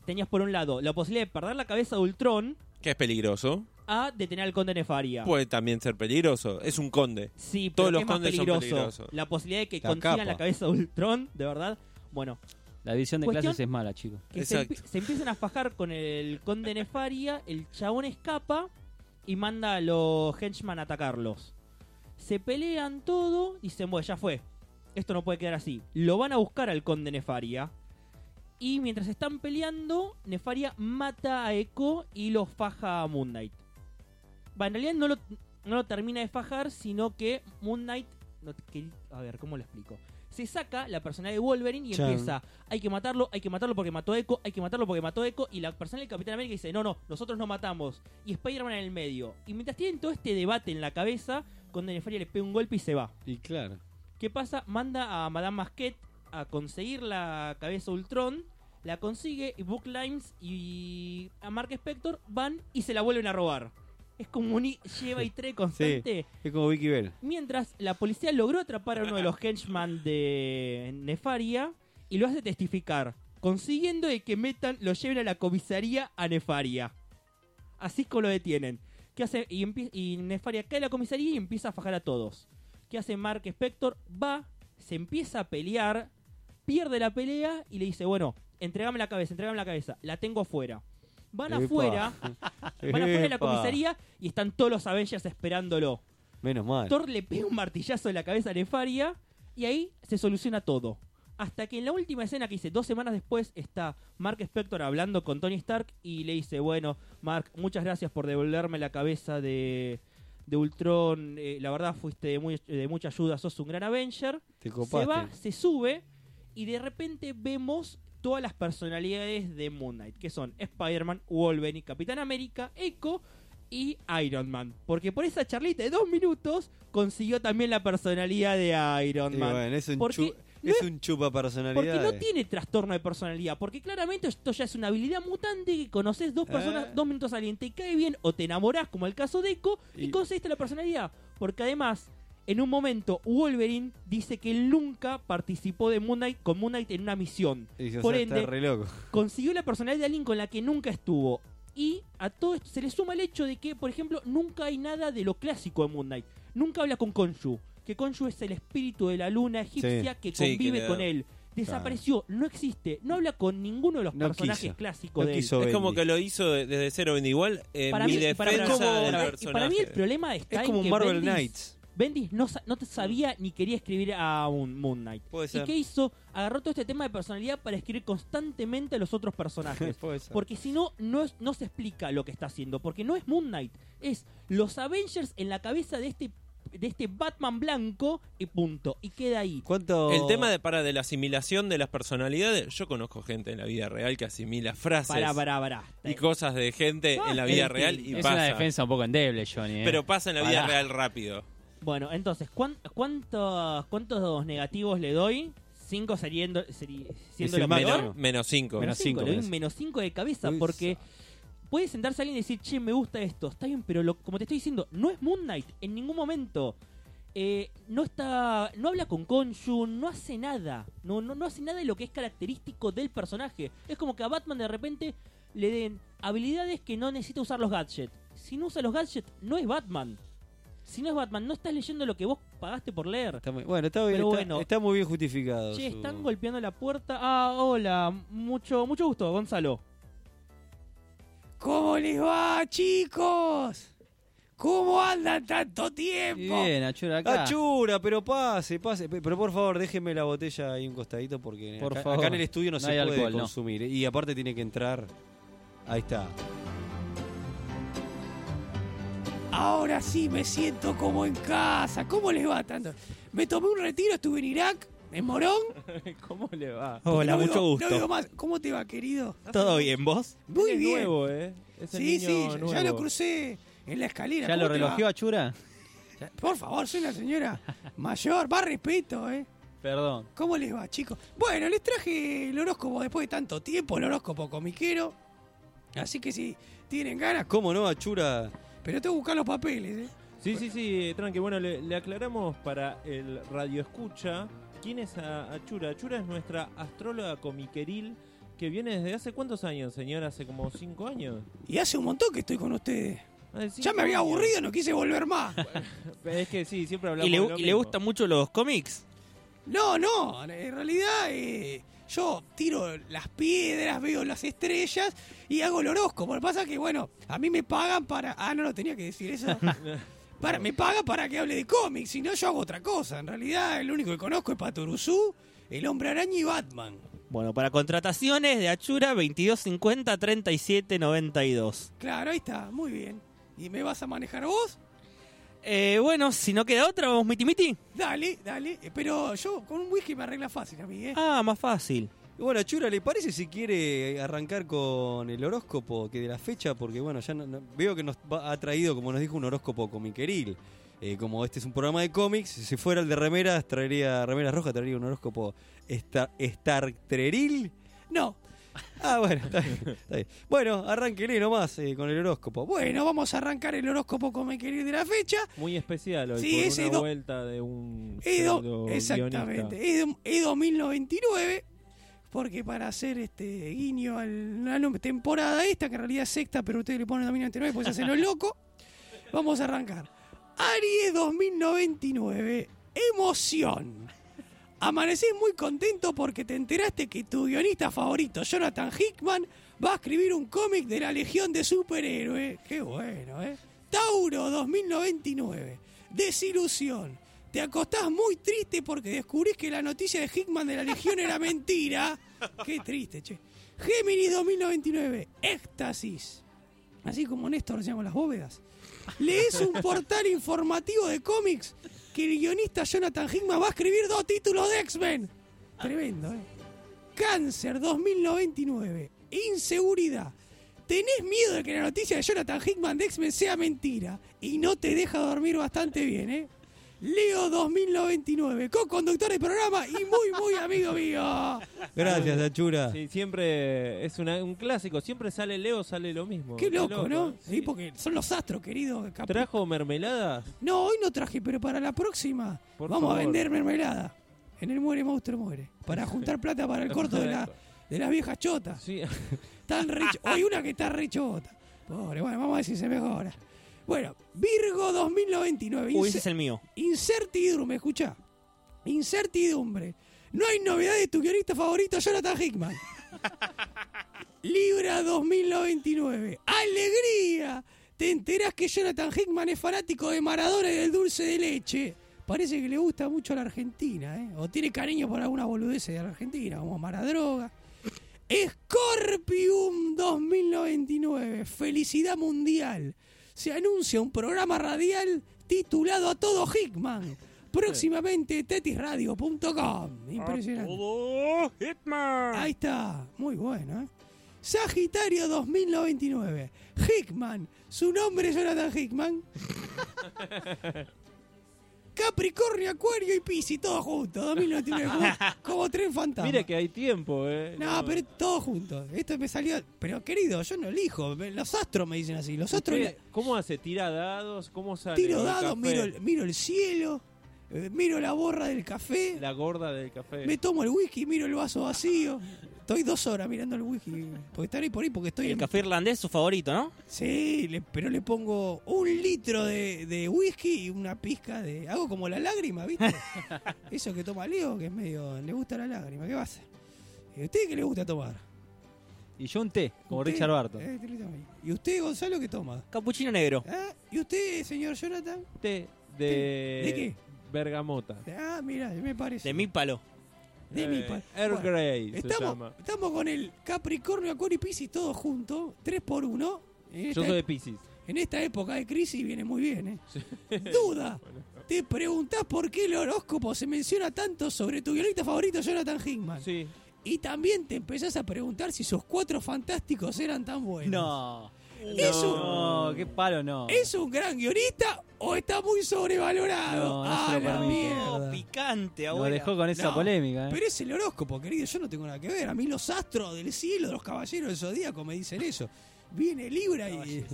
F: Tenías por un lado la posibilidad de perder la cabeza de Ultron
C: Que es peligroso.
F: a detener al conde Nefaria.
E: Pues,
C: Puede también ser peligroso. Es un conde.
F: Sí,
C: Todos
F: pero
C: los
F: es más
C: condes son
F: peligroso.
C: peligrosos.
F: La posibilidad de que
E: La
F: consigan
E: capa.
F: la cabeza de Ultron, de verdad. Bueno,
G: La división de
F: Cuestión-
G: clases es mala, chicos.
F: que se,
C: Exacto.
F: empie- se empiezan a fajar con el conde Nefaria, el chabón escapa y manda a los henchmen a atacarlos. Se pelean todo, dicen, bueno, ya fue. esto no puede quedar así. Lo van a buscar al conde Nefaria. Y mientras están peleando, Nefaria mata a Echo y lo faja a Moon Knight. Va, en realidad no lo, no lo termina de fajar, sino que Moon Knight... no, que- a ver, ¿cómo lo explico? Se saca la personalidad de Wolverine y
E: Chan.
F: empieza, hay que matarlo, hay que matarlo porque mató a Echo, hay que matarlo porque mató a Echo. Y la personalidad del Capitán América dice, no, no, nosotros no matamos. Y Spider-Man en el medio. Y mientras tienen todo este debate en la cabeza, cuando Nefaria le pega un golpe y se va.
E: Y claro.
F: ¿Qué pasa? Manda a Madame Masquette a conseguir la cabeza Ultron. La consigue y Book Limes y a Mark Spector van y se la vuelven a robar. Es como un i- lleva y trae constante.
E: (laughs) Es como Vicky Bell.
F: Mientras la policía logró atrapar a uno de los henchmen de Nefaria y lo hace testificar, consiguiendo de que metan, lo lleven a la comisaría a Nefaria. Así es como lo detienen. ¿Qué hace? Y, empie- y Nefaria cae a la comisaría y empieza a fajar a todos. ¿Qué hace Mark Spector? Va, se empieza a pelear, pierde la pelea y le dice, bueno, entregame la cabeza, entregame la cabeza, la tengo afuera. Van
E: Epa.
F: afuera, van afuera de la
E: Epa.
F: comisaría y están todos los Avengers esperándolo.
E: Menos mal.
F: Thor le pega un martillazo en la cabeza a Nefaria y ahí se soluciona todo. Hasta que en la última escena que hice dos semanas después está Mark Spector hablando con Tony Stark y le dice, bueno, Mark, muchas gracias por devolverme la cabeza de, de Ultron. Eh, la verdad fuiste de, muy- de mucha ayuda, sos un gran Avenger.
E: Te
F: Se va,
E: copaste.
F: se sube y de repente vemos todas las personalidades de Moon Knight, que son Spider-Man, Wolverine, Capitán América, Echo y Iron Man. Porque por esa charlita de dos minutos consiguió también la personalidad de
E: Y
F: Iron Man.
E: bueno, es un,
F: Porque
E: chu-
F: no
E: es un chupa
F: Porque
E: personalidad.
F: no tiene trastorno de personalidad, porque claramente esto ya es una habilidad mutante que conoces dos personas,
E: Eh.
F: dos minutos a alguien, te cae bien o te enamorás, como el caso de Echo, y,
E: Y-
F: conseguiste la personalidad. Porque además, en un momento, Wolverine dice que él nunca participó de Moon Knight, con Moon Knight en una misión. Por ende,
E: está re loco.
F: consiguió la personalidad de alguien con la que nunca estuvo. Y a todo esto se le suma el hecho de que, por ejemplo, nunca hay nada de lo clásico de Moon Knight. Nunca habla con Konshu. Que Konshu es el espíritu de la luna egipcia que
C: Sí, que
F: convive
C: le da-
F: con él. Desapareció, no existe, no habla con ninguno de los
E: No
F: personajes
E: quiso.
F: clásicos
E: No
F: de él.
E: quiso
C: Es
E: Bendy.
C: como que lo hizo de- desde cero Bendy. Igual eh, mi
F: y
C: defensa
F: para-
C: del
F: para- y
C: personaje.
F: para mí el problema está
E: Es
F: en
E: como un
F: que
E: Marvel
F: Bendis-
E: Knights.
F: Bendis no, sa- no te sabía ni quería escribir a un Moon Knight.
E: Puede
F: ¿Y
E: ser.
F: qué hizo? Agarró todo este tema de personalidad para escribir constantemente a los otros personajes.
E: (laughs) Puede ser.
F: Porque si no, no, es- no se explica lo que está haciendo. Porque no es Moon Knight. Es los Avengers en la cabeza de este, de este Batman blanco y punto. Y queda ahí.
E: ¿Cuánto?
C: El tema de para de la asimilación de las personalidades. Yo conozco gente en la vida real que asimila frases
F: Pará, pará, pará.
C: y cosas de gente en la
D: Ah,
C: vida real y
G: es
C: pasa.
G: una defensa un poco endeble, Johnny. ¿eh?
C: Pero pasa en la vida
G: Pará.
C: real rápido.
F: Bueno, entonces, ¿cuán- cuántos, ¿cuántos negativos le doy? Cinco saliendo, seri- siendo
E: el
F: lo
E: máximo.
F: peor.
C: Menos, menos cinco.
G: Menos
F: menos 5.
G: cinco,
F: Le doy
G: menos
F: un menos 5 de cabeza
E: Uy,
F: porque puede sentarse alguien y decir, che, me gusta esto, está bien, pero lo- como te estoy diciendo, no es Moon Knight en ningún momento. Eh, no está no habla con Konshu, no hace nada. No, no, no hace nada de lo que es característico del personaje. Es como que a Batman de repente le den habilidades que no necesita usar los gadgets. Si no usa los gadgets, no es Batman. Si no es Batman, no estás leyendo lo que vos pagaste por leer.
E: Está muy- bueno, está, bien,
F: Pero
E: está,
F: bueno.
E: está muy bien justificado.
F: Che,
E: su-
F: están golpeando la puerta. Ah, hola, mucho, mucho gusto, Gonzalo.
D: ¿Cómo les va, chicos? ¿Cómo andan tanto
G: Y
D: tiempo?
G: bien, Achura
E: Ah,
G: acá.
E: Achura, pero pase, pase. Pe- Pero por favor, déjeme la botella ahí un costadito porque
G: Por
E: acá,
G: favor.
E: acá en el estudio no,
G: No
E: se
G: hay
E: puede
G: alcohol, no.
E: consumir. ¿eh? Y aparte tiene que entrar. Ahí está.
D: Ahora sí me siento como en casa. ¿Cómo les va tanto? Me tomé un retiro, estuve en Irak, en Morón.
F: ¿Cómo le va?
D: No
C: Hola,
D: veo-
C: mucho gusto.
D: No veo más. ¿Cómo te va, querido?
C: ¿Todo bien vos?
D: Muy bien.
F: nuevo, ¿eh? Es el
D: sí,
F: niño
D: sí, ya- ya
F: nuevo.
D: lo crucé en la escalera.
G: ¿Ya
D: ¿Cómo
G: lo
D: te va?
G: relojeó Achura?
D: Por favor, soy una señora mayor. Va respeto, ¿eh?
G: Perdón.
D: ¿Cómo les va, chicos? Bueno, les traje el horóscopo después de tanto tiempo, el horóscopo comiquero. Así que si tienen ganas,
E: ¿Cómo no, Achura?
D: pero tengo que buscar los papeles, ¿eh?
C: Sí, sí, sí, tranqui. Bueno, le, le aclaramos para el Radio Escucha quién es a- Achura. Achura es nuestra astróloga comiqueril que viene desde hace cuántos años, señor, hace como cinco años.
D: Y hace un montón que estoy con ustedes.
C: Ah, de cinco
D: Ya me había
C: años.
D: aburrido, no quise volver más.
E: (laughs)
C: Es que sí, siempre hablamos
F: ¿Y le,
C: de lo
F: y le
C: mismo.
F: gustan mucho los cómics?
D: No, no, en realidad eh, yo tiro las piedras, veo las estrellas y hago el horóscopo. Lo que pasa es que, bueno, a mí me pagan para... Ah, no, no tenía que decir eso.
E: Para, me paga para que hable de cómics, si no yo hago otra cosa. En realidad, el único que conozco es Patoruzú, el Hombre Araña y Batman.
F: Bueno, para contrataciones de Achura 2250 37 92.
E: Claro, ahí está, muy bien. ¿Y me vas a manejar vos?
F: Eh, bueno, si no queda otra, vamos miti miti.
E: Dale, dale. Eh, Pero yo con un whisky me arregla fácil a mí, ¿eh?
F: Ah, más fácil.
K: Y Bueno, Chura, ¿le parece si quiere arrancar con el horóscopo que de la fecha? Porque bueno, ya no- no- veo que nos va- ha traído, como nos dijo, un horóscopo comiqueril. Eh, como este es un programa de cómics, si fuera el de remeras, traería remeras rojas, traería un horóscopo esta- Startreril.
E: No.
K: Ah, bueno, está bien, está bien. Bueno, arranquele nomás eh, con el horóscopo.
E: Bueno, vamos a arrancar el horóscopo con mi querido de la fecha.
C: Muy especial hoy,
E: Sí,
C: por
E: ese
C: una
E: do-
C: vuelta de un pseudo
E: Edo,
C: guionista.
E: exactamente, Edo, Edo 1099, porque para hacer este guiño a la no- temporada esta, que en realidad es sexta, pero ustedes le ponen 2099,
C: (laughs)
E: pues hacen lo loco, vamos a arrancar. Aries 2099, emoción. Amanecés muy contento porque te enteraste que tu guionista favorito, Jonathan Hickman, va a escribir un cómic de la Legión de Superhéroes. Qué bueno, ¿eh? Tauro 2099. Desilusión. Te acostás muy triste porque descubrís que la noticia de Hickman de la Legión era mentira. Qué triste, che. Géminis 2099. Éxtasis. Así como Néstor se llama las bóvedas. Lees un portal informativo de cómics que el guionista Jonathan Hickman va a escribir dos títulos de X-Men. Tremendo, ¿eh? Cáncer 2099. Inseguridad. Tenés miedo de que la noticia de Jonathan Hickman de X-Men sea mentira y no te deja dormir bastante bien, ¿eh? Leo 2099, co-conductor del programa y muy, muy amigo mío.
K: Gracias, Achura.
C: Sí, siempre es una- un clásico. Siempre sale Leo, sale lo mismo.
E: Qué loco, ¿no?
C: eh, Sí.
E: Sí, porque son los astros, querido. Capu-
C: ¿Trajo mermeladas?
E: No, hoy no traje, pero para la próxima
C: Por
E: vamos a
C: favor.
E: vender mermelada. En el Muere Monstruo Muere. Para
C: (laughs)
E: juntar plata para el corto de, la, de las viejas chotas.
C: Sí. (laughs)
E: Tan re cho- Hoy una que está re chota. Pobre, bueno, vamos a ver si se mejora. Bueno, Virgo 2099.
F: Uy, ese
E: Inse-
F: es el mío.
E: Incertidumbre, escucha. Incertidumbre. No hay novedades de tu guionista favorito,
F: (laughs)
E: Jonathan Hickman. Libra 2099. ¡Alegría! Te enterás que Jonathan Hickman es fanático de Maradona y del dulce de leche. Parece que le gusta mucho la Argentina, ¿eh? O tiene cariño por alguna boludez de la Argentina, como Maradroga. Scorpium 2099. Felicidad mundial se anuncia un programa radial titulado A Todo Hickman. Próximamente tetisradio.com. Impresionante. Ahí está, muy bueno. ¿eh? Sagitario 2099. Hickman, su nombre es Jonathan Hickman. Capricornio, Acuario y Piscis, todos juntos, 2099, como, como tren fantasma.
C: Mira que hay tiempo, ¿eh?
E: No, pero todos juntos. Esto me salió. Pero querido, yo no elijo. me- Los astros me dicen así. Los astros.
C: Usted, ¿Cómo hace? ¿Tira dados? ¿Cómo sale?
E: Tiro
C: el café?
E: dados, miro, el- miro el cielo, eh, miro la borra del café,
C: La gorda del café.
E: me tomo el whisky, miro el vaso vacío. Estoy dos horas mirando el whisky. Porque estaré por ahí porque estoy
F: El
E: en-
F: café irlandés es su favorito, ¿no?
E: Sí, le- pero le pongo un litro de, de whisky y una pizca de. Hago como la lágrima, ¿viste? Eso que toma Leo, que es medio. Le gusta la lágrima, ¿qué pasa? ¿Y a usted qué le gusta tomar?
G: Y yo un té, como
E: ¿Usted?
G: Richard Barton.
E: Eh, te lo tomo ahí. ¿Y usted, Gonzalo, qué toma?
F: Capuchino negro.
E: ¿Ah? ¿Y usted, señor Jonathan?
C: Té de...
E: ¿De qué?
C: Bergamota.
E: Ah, mira, me parece.
F: De mi palo.
E: De mi pa-
C: Air
E: Bueno, este
C: Grey se
E: Estamos,
C: llama.
E: estamos con el Capricornio, Acuario y Piscis todos juntos, 3 por 1 En, esta
C: Yo soy de
E: ep-
C: Pisces.
E: en esta época de crisis viene muy bien, ¿eh? (laughs)
C: (laughs)
E: Duda. Te preguntás por qué el horóscopo se menciona tanto sobre tu guionista favorito, Jonathan Hickman.
C: Sí.
E: Y también te empezás a preguntar si sus cuatro fantásticos eran tan buenos.
G: No.
E: Es un-
G: No, qué palo no.
E: ¿Es un gran guionista o está muy sobrevalorado?
C: eh.
G: No, no se
E: ¡Ah,
G: lo
E: la
G: permite.
E: mierda!
F: Oh, picante,
G: Lo
F: abuela.
G: dejó con esa
E: No,
G: polémica, ¿eh?
E: Pero es el horóscopo, querido. Yo no tengo nada que ver. A mí los astros del cielo, los caballeros del zodíaco me dicen eso. Viene Libra y,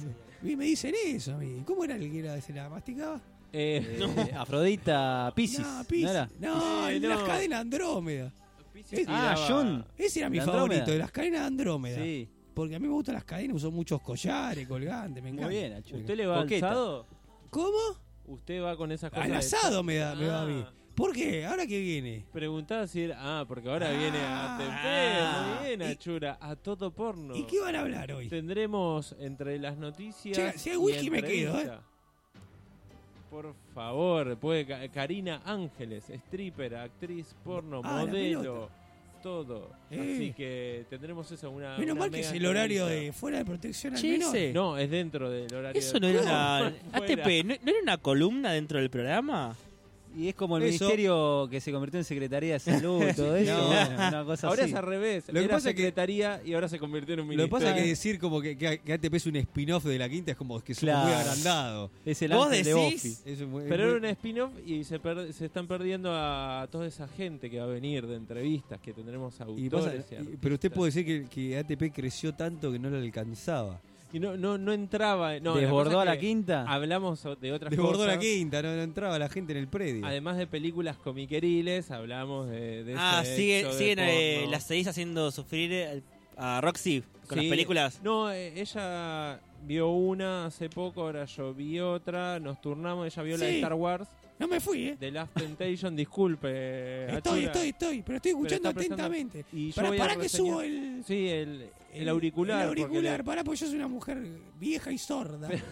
E: y me dicen eso a mí. ¿Cómo era el que era, se la masticaba?
C: Eh,
G: Eh, (laughs) Afrodita Piscis.
E: no,
G: ¿no era?
E: Piscis. No,
C: Sí,
E: en
C: no.
E: las cadenas Andrómeda.
C: Pisces
G: Ah,
C: tiraba-
G: John.
E: Ese era mi
G: ¿De Andrómeda?
E: favorito, de las cadenas de Andrómeda.
G: Sí.
E: Porque a mí me gustan las cadenas, uso muchos collares, colgantes, me encanta.
G: Muy bien, Achura.
C: ¿Usted le va
G: Coqueta.
C: alzado?
E: ¿Cómo?
C: ¿Usted va con esas cosas?
E: Al
C: de-
E: asado me da, me da a mí.
C: Ah.
E: ¿Por qué? ¿Ahora qué viene?
C: Preguntaba si era. Ah, porque ahora viene a
E: Ah.
C: Tempe, muy bien,
E: Y-
C: Achura, a todo porno.
E: ¿Y qué van a hablar hoy?
C: Tendremos entre las noticias.
E: Che, si hay whisky eh.
C: y
E: me quedo,
C: entrevista. por favor. Puede Ca- Karina Ángeles, stripper, actriz, porno,
D: Ah, la
C: modelo, todo.
D: Eh.
C: Así que tendremos eso una.
D: Menos
C: una
D: mal que
C: mega
D: es el horario de
C: entrevista.
D: fuera de protección al
J: Che,
D: menor.
J: ese.
C: No, es dentro del horario.
J: Eso no
C: de-
J: era una.
C: Fuera.
J: ATP, Eh, ¿no, no era una columna dentro del programa?
G: Y es como el
E: Eso.
G: ministerio que se convirtió en Secretaría de Salud, todo eso.
E: No.
G: bueno, una cosa
C: Ahora
G: así.
C: es al revés.
E: Lo que
C: era
E: pasa es que-
C: secretaría y ahora se convirtió en un
E: Lo que
C: ministro.
E: pasa es que decir como que, que, que ATP es un spin-off de la quinta es como que somos
G: Claro.
E: muy agrandado.
G: Es el
J: ¿Vos
G: ángel de
J: decís?
G: Buffy.
E: Eso es muy- es
C: Pero
E: muy-
C: era un spin-off y se, per- se están perdiendo a toda esa gente que va a venir de entrevistas, que tendremos
E: y pasa-
C: autores. y
E: y- pero usted
C: artistas.
E: puede decir que, que ATP creció tanto que no lo alcanzaba.
C: Y no, no, no entraba. No,
G: ¿Desbordó
C: cosa
G: a la
C: que Ah.
G: quinta?
C: Hablamos de otras
E: Desbordó
C: cosas.
E: la quinta, no, no entraba la gente en el predio.
C: Además de películas comiqueriles, hablamos de. de
J: Ah,
C: sexo,
J: sigue-
C: de
J: siguen eh,
C: porno.
J: las seguís haciendo sufrir eh, a Roxy con
C: Sí.
J: las películas.
C: No, eh, ella vio una hace poco, ahora yo vi otra, nos turnamos, ella vio la de
D: Sí.
C: Star Wars,
D: No me fui, ¿eh?
C: The Last Temptation, disculpe.
D: Estoy,
C: Achura.
D: estoy, estoy, pero estoy escuchando
C: está prestando-
D: atentamente.
C: Y yo
D: Para,
C: voy a
D: para que
C: reseñar-
D: subo el,
C: Sí, el, el auricular.
D: El
C: porque
D: auricular, pará, porque yo soy una mujer vieja y
C: (laughs)
D: sorda.
C: le-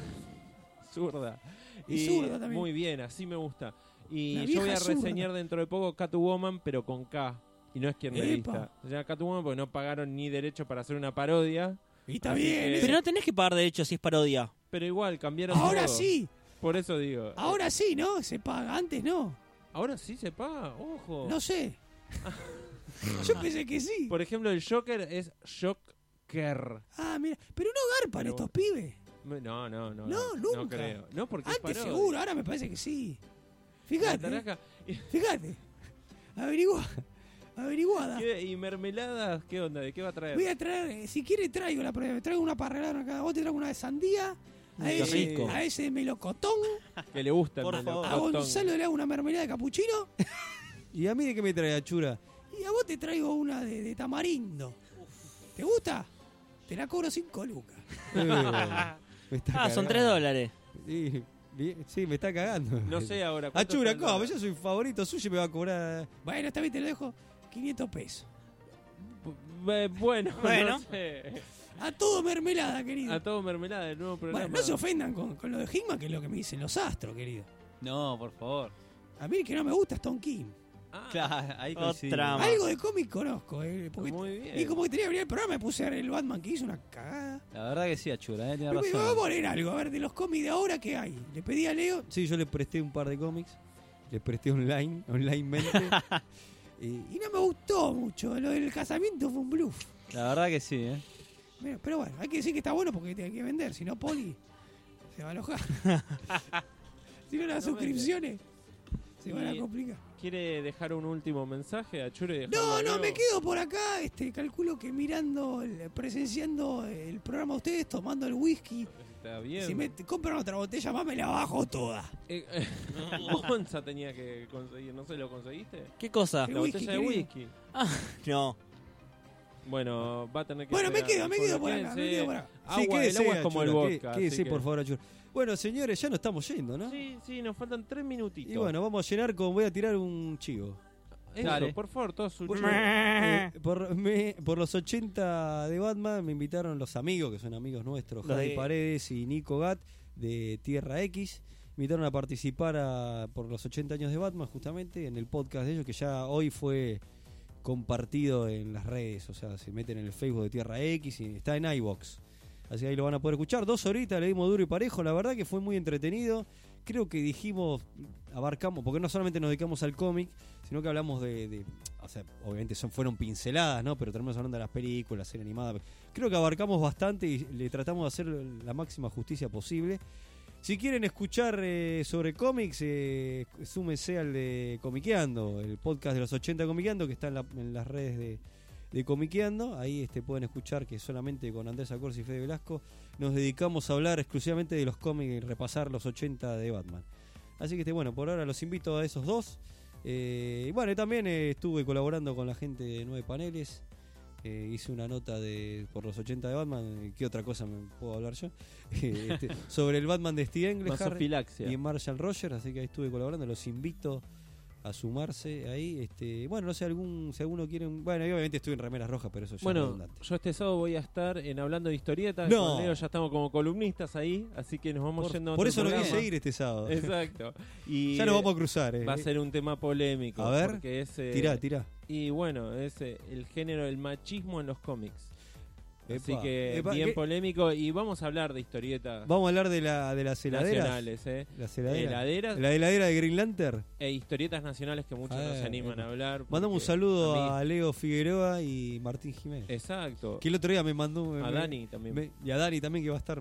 C: zurda.
D: Y zurda también.
C: Muy bien, así me gusta.
D: La
C: Y yo
D: vieja
C: voy a
D: zurda.
C: reseñar dentro de poco Catwoman, pero con K. Y no es quien revista. Se llama Catwoman porque no pagaron ni derecho para hacer una parodia.
D: Y está
C: Así
D: bien.
C: que-
D: ¿eh?
J: Pero no tenés que pagar derechos si es parodia.
C: Pero igual, cambiaron
D: Ahora
C: todo.
D: sí,
C: Por eso digo.
D: ahora sí, ¿no? Se paga, antes no.
C: Ahora sí se paga, ojo.
D: No
C: (laughs)
D: sé. Yo pensé que sí.
C: Por ejemplo, el Joker es Joker.
D: Ah, mira, pero no garpan
C: Pero
D: estos pibes.
C: No, no, no. No,
D: No,
C: No
D: nunca.
C: creo. No, porque es
D: Antes
C: parodia.
D: seguro, ahora me parece que sí.
C: La
D: Fíjate,
C: taraca.
D: fíjate. Averigua, averiguada.
C: ¿Qué- ¿Y mermeladas? ¿Qué onda? ¿De qué va a traer?
D: Voy a traer, eh, si quiere traigo la prueba, traigo una para regalar acá. Vos te traigo una de sandía, a
C: Qué
D: ese,
C: rico.
D: a ese de melocotón,
C: Que le gusta. el
J: (laughs) Por
C: melocotón.
D: a Ah, Gonzalo le hago una mermelada de capuchino
E: (laughs) Y a mí de qué me trae Achura.
D: y a vos te traigo una de, de tamarindo. ¿Te gusta? Te la cobro 5 lucas.
E: (laughs) Eh, me está
J: Ah, son
E: cagando.
J: 3 dólares.
E: Sí, bien, sí, me está cagando.
C: No sé ahora. ¿cuánto
E: Achura,
C: está el
E: ¿cómo?
C: dólar?
E: Yo soy favorito suyo y me va a cobrar.
D: Bueno, está bien, te lo dejo 500 pesos.
C: Eh, Bueno, (laughs)
J: Bueno.
C: no sé.
D: A todo mermelada, querido.
C: A todo mermelada del nuevo programa.
D: Bueno, no se ofendan con, con lo de Hickman, que es lo que me dicen los astros, querido.
G: No, por favor.
D: A mí el que no me gusta es Tom King.
C: Ah,
G: Claro, ahí
J: Otra
G: coincidimos.
J: más.
D: Algo de cómic conozco, eh, porque-
C: Muy bien.
D: y como que tenía que abrir el programa, me puse a ver el Batman que hizo una cagada.
G: La verdad que sí, Achura, eh, tiene
D: Pero me digo, vamos a
G: razón.
D: poner algo, a ver, de los cómics de ahora, ¿qué hay? Le pedí a Leo,
E: Sí, yo le presté un par de cómics. Le presté online, online
D: (laughs)
E: mente.
D: y no me gustó mucho. Lo del casamiento fue un bluff.
G: La verdad que sí, ¿eh?
D: Mira, Pero bueno, hay que decir que está bueno porque hay que vender, si no, Poli se va a
E: (laughs)
D: alojar. si no, las
C: No
D: suscripciones se van a
C: Y-
D: complicar.
C: ¿Quiere dejar un último mensaje a Achura? y dejarlo
D: No,
C: a
D: no,
C: Leo?
D: me quedo por acá. Este, calculo que mirando, el- presenciando el programa de ustedes, tomando el whisky.
C: Está bien.
D: Si me t- compran otra botella más, me la bajo toda.
C: Eh, eh, (laughs) Gonza tenía que conseguir, ¿no se lo conseguiste?
J: ¿Qué
E: Ah,
J: cosa?
D: El
C: La
D: whisky,
C: botella de
D: querido.
C: whisky.
J: No.
C: Bueno, va a tener que.
D: Bueno, me
C: esperar.
D: quedo, me quedo
C: Bueno,
D: por acá, me
C: quédense.
D: quedo por acá.
E: Sí,
C: Agua, el
E: quédese,
C: agua es como el
E: Achura, qué-
C: vodka.
E: Quédese,
C: así que-
E: por favor, Achura. Bueno, señores, ya no estamos yendo, ¿no?
C: Sí, sí, nos faltan tres minutitos.
E: Y bueno, vamos a llenar con. Voy a tirar un chivo.
C: Eso,
G: dale.
C: por favor, todo su.
E: Voy a- eh, por, me- por los 80 de Batman me invitaron los amigos, que son amigos nuestros,
J: Los
E: Javi
J: de-
E: Paredes y Nico Gat de Tierra X. Me invitaron a participar a- por los 80 años de Batman, justamente, en el podcast de ellos, que ya hoy fue compartido en las redes. O sea, se meten en el Facebook de Tierra X y está en iBox. Así que ahí lo van a poder escuchar. Dos horitas le dimos duro y parejo. La verdad que fue muy entretenido. Creo que dijimos, abarcamos, porque no solamente nos dedicamos al cómic, sino que hablamos de, de- o sea, obviamente son, fueron pinceladas, ¿no? Pero terminamos hablando de las películas, serie animada. Creo que abarcamos bastante y le tratamos de hacer la máxima justicia posible. Si quieren escuchar eh, sobre cómics, eh, súmense al de Comiqueando, el podcast de los 80 Comiqueando, que está en, la- en las redes de, de Comiqueando. Ahí este, pueden escuchar que solamente con Andrés Acorsi y Fede Velasco nos dedicamos a hablar exclusivamente de los cómics y repasar los 80 de Batman. Así que este, bueno, por ahora los invito a esos dos. Eh, y bueno, y también eh, estuve colaborando con la gente de Nueve Paneles. Eh, hice una nota de por los 80 de Batman. eh, ¿Qué otra cosa me puedo hablar yo? (laughs) Eh, este, sobre el Batman de Steve Englehart
C: Masofilaxia.
E: y Marshall Rogers. Así que ahí estuve colaborando. Los invito a sumarse ahí. Este, bueno, no sé, algún, si alguno quiere. un- bueno, yo obviamente estoy en remeras rojas, pero eso ya es
C: Bueno,
E: redundante.
C: yo este sábado voy a estar en hablando de historietas.
E: No.
C: Con Leo ya estamos como columnistas ahí, así que nos vamos yendo a
E: Por,
C: otro
E: eso no
C: (laughs)
E: quise
C: programa.
E: ir este sábado.
C: Exacto. Y
E: (laughs) ya nos vamos a cruzar, eh.
C: va a ser un tema polémico.
E: A ver,
C: porque es, eh,
E: Tirá, tirá.
C: Y bueno, es eh, el género del machismo en los cómics. Así
E: Epa,
C: que
E: epa,
C: bien
E: ¿qué?
C: polémico. Y vamos a hablar de historietas
E: Vamos a hablar de, la, de las heladeras.
C: nacionales, ¿eh?
E: Las heladeras.
C: Heladeras.
E: La heladera de Green Lantern.
C: E historietas nacionales que muchos no
E: Ah,
C: se animan
E: epa.
C: a hablar.
E: Mandamos un
C: porque
E: saludo
C: mí-
E: a Leo Figueroa y Martín Jiménez.
C: Exacto.
E: Que el otro día me mandó.
C: A
E: me-
C: Dani también.
E: me- y a Dani también, que va a estar.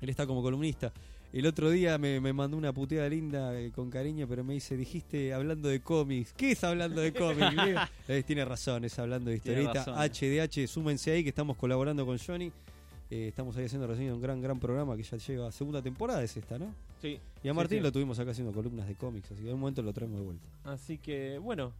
E: Él está como columnista. El otro día me, me mandó una puteada linda eh, con cariño, pero me dice: Dijiste hablando de cómics. ¿Qué es hablando de cómics? Leo?" Eh, tiene razón, es hablando de
G: Tiene
E: historieta.
G: razón.
E: HDH, súmense ahí que estamos colaborando con Johnny. Eh, estamos ahí haciendo reseña de un gran, gran programa que ya lleva segunda temporada, es esta, ¿no?
C: Sí.
E: Y
C: Sí,
E: a Martín
C: sí.
E: lo tuvimos acá haciendo columnas de cómics, así que en un momento lo traemos de vuelta.
C: Así que, bueno,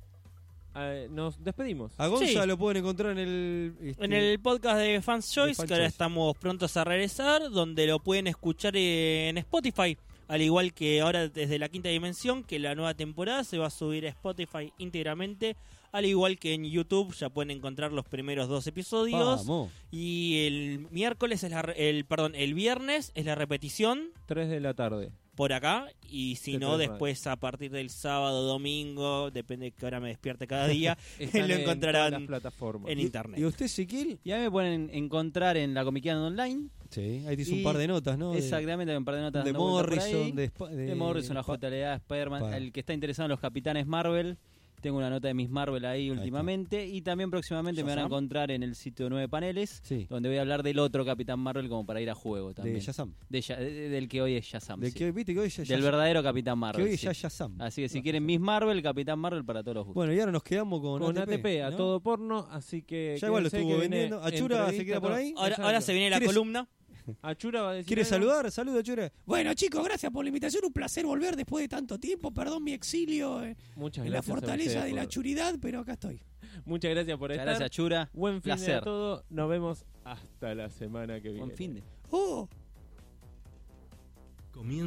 C: eh, nos despedimos.
E: A Gonza
F: Sí.
E: lo pueden encontrar en el. este,
F: En el podcast de Fans Choice,
E: Fans
F: que ahora
E: Choice.
F: estamos prontos a regresar, donde lo pueden escuchar eh, en Spotify, al igual que ahora desde la quinta dimensión, que la nueva temporada se va a subir a Spotify íntegramente, al igual que en YouTube ya pueden encontrar los primeros dos episodios.
E: Vamos.
F: Y el miércoles es la re- el perdón, el viernes es la repetición
C: 3 de la tarde.
F: por acá y si
C: Te
F: no
C: traigo
F: después a partir del sábado, domingo, depende de qué hora me despierte cada día,
C: (laughs)
G: (laughs)
C: Están
F: (laughs) lo
C: en todas
F: encontrarán
C: las plataformas.
F: en
E: ¿Y-
F: internet.
E: ¿Y usted, Ezequiel?
G: Y ahí me pueden encontrar en la Comiquiana Online.
E: Sí, ahí te hizo
G: Y-
E: un par de notas, ¿no? De-
G: Exactamente, hay un par de notas.
E: de
G: dando vuelta por ahí.
E: Morrison, de, Sp-
G: de Morrison, la
E: Pa-
G: JLA, Spider-Man.
E: Pa.
G: El que está interesado en los capitanes Marvel. Tengo una nota de mis Marvel ahí últimamente. Y también próximamente me van a
F: Shazam.
G: encontrar en el sitio de Nueve Paneles.
E: Sí,
G: Donde voy a hablar del otro Capitán Marvel como para ir a juego también.
E: de Shazam.
G: De Ya- de- del que hoy es Shazam.
E: De
G: sí.
E: que hoy, viste que hoy ya
G: Del
E: ya-
G: verdadero Capitán
E: que
G: Marvel.
E: hoy
G: sí.
E: ya Shazam.
G: Así que si quieren Miss Marvel, Capitán Marvel para todos los gustos.
E: Bueno, y ahora nos quedamos con,
C: Con ATP, a
E: ¿no?
C: todo porno, así que.
E: Ya igual lo
C: quédense
E: estuvo
C: que viene
E: vendiendo. Achura se queda por ahí.
F: Ahora, ahora se viene la
E: ¿Quieres-
F: columna.
C: Achura va a decir.
E: ¿Quiere
C: algo?
E: saludar? Saluda, Chura.
L: Bueno, chicos, gracias por la invitación. Un placer volver después de tanto tiempo. Perdón mi exilio eh,
C: Muchas
L: en la
C: gracias. a
L: fortaleza
C: ustedes
L: de la
C: por-
L: churidad, pero acá estoy.
C: Muchas gracias por
G: Muchas
C: estar.
G: gracias, Chura.
C: Buen fin de
G: Placer.
C: todo. Nos vemos hasta la semana que viene.
G: Buen fin de.
L: ¡Oh!
M: Comienza.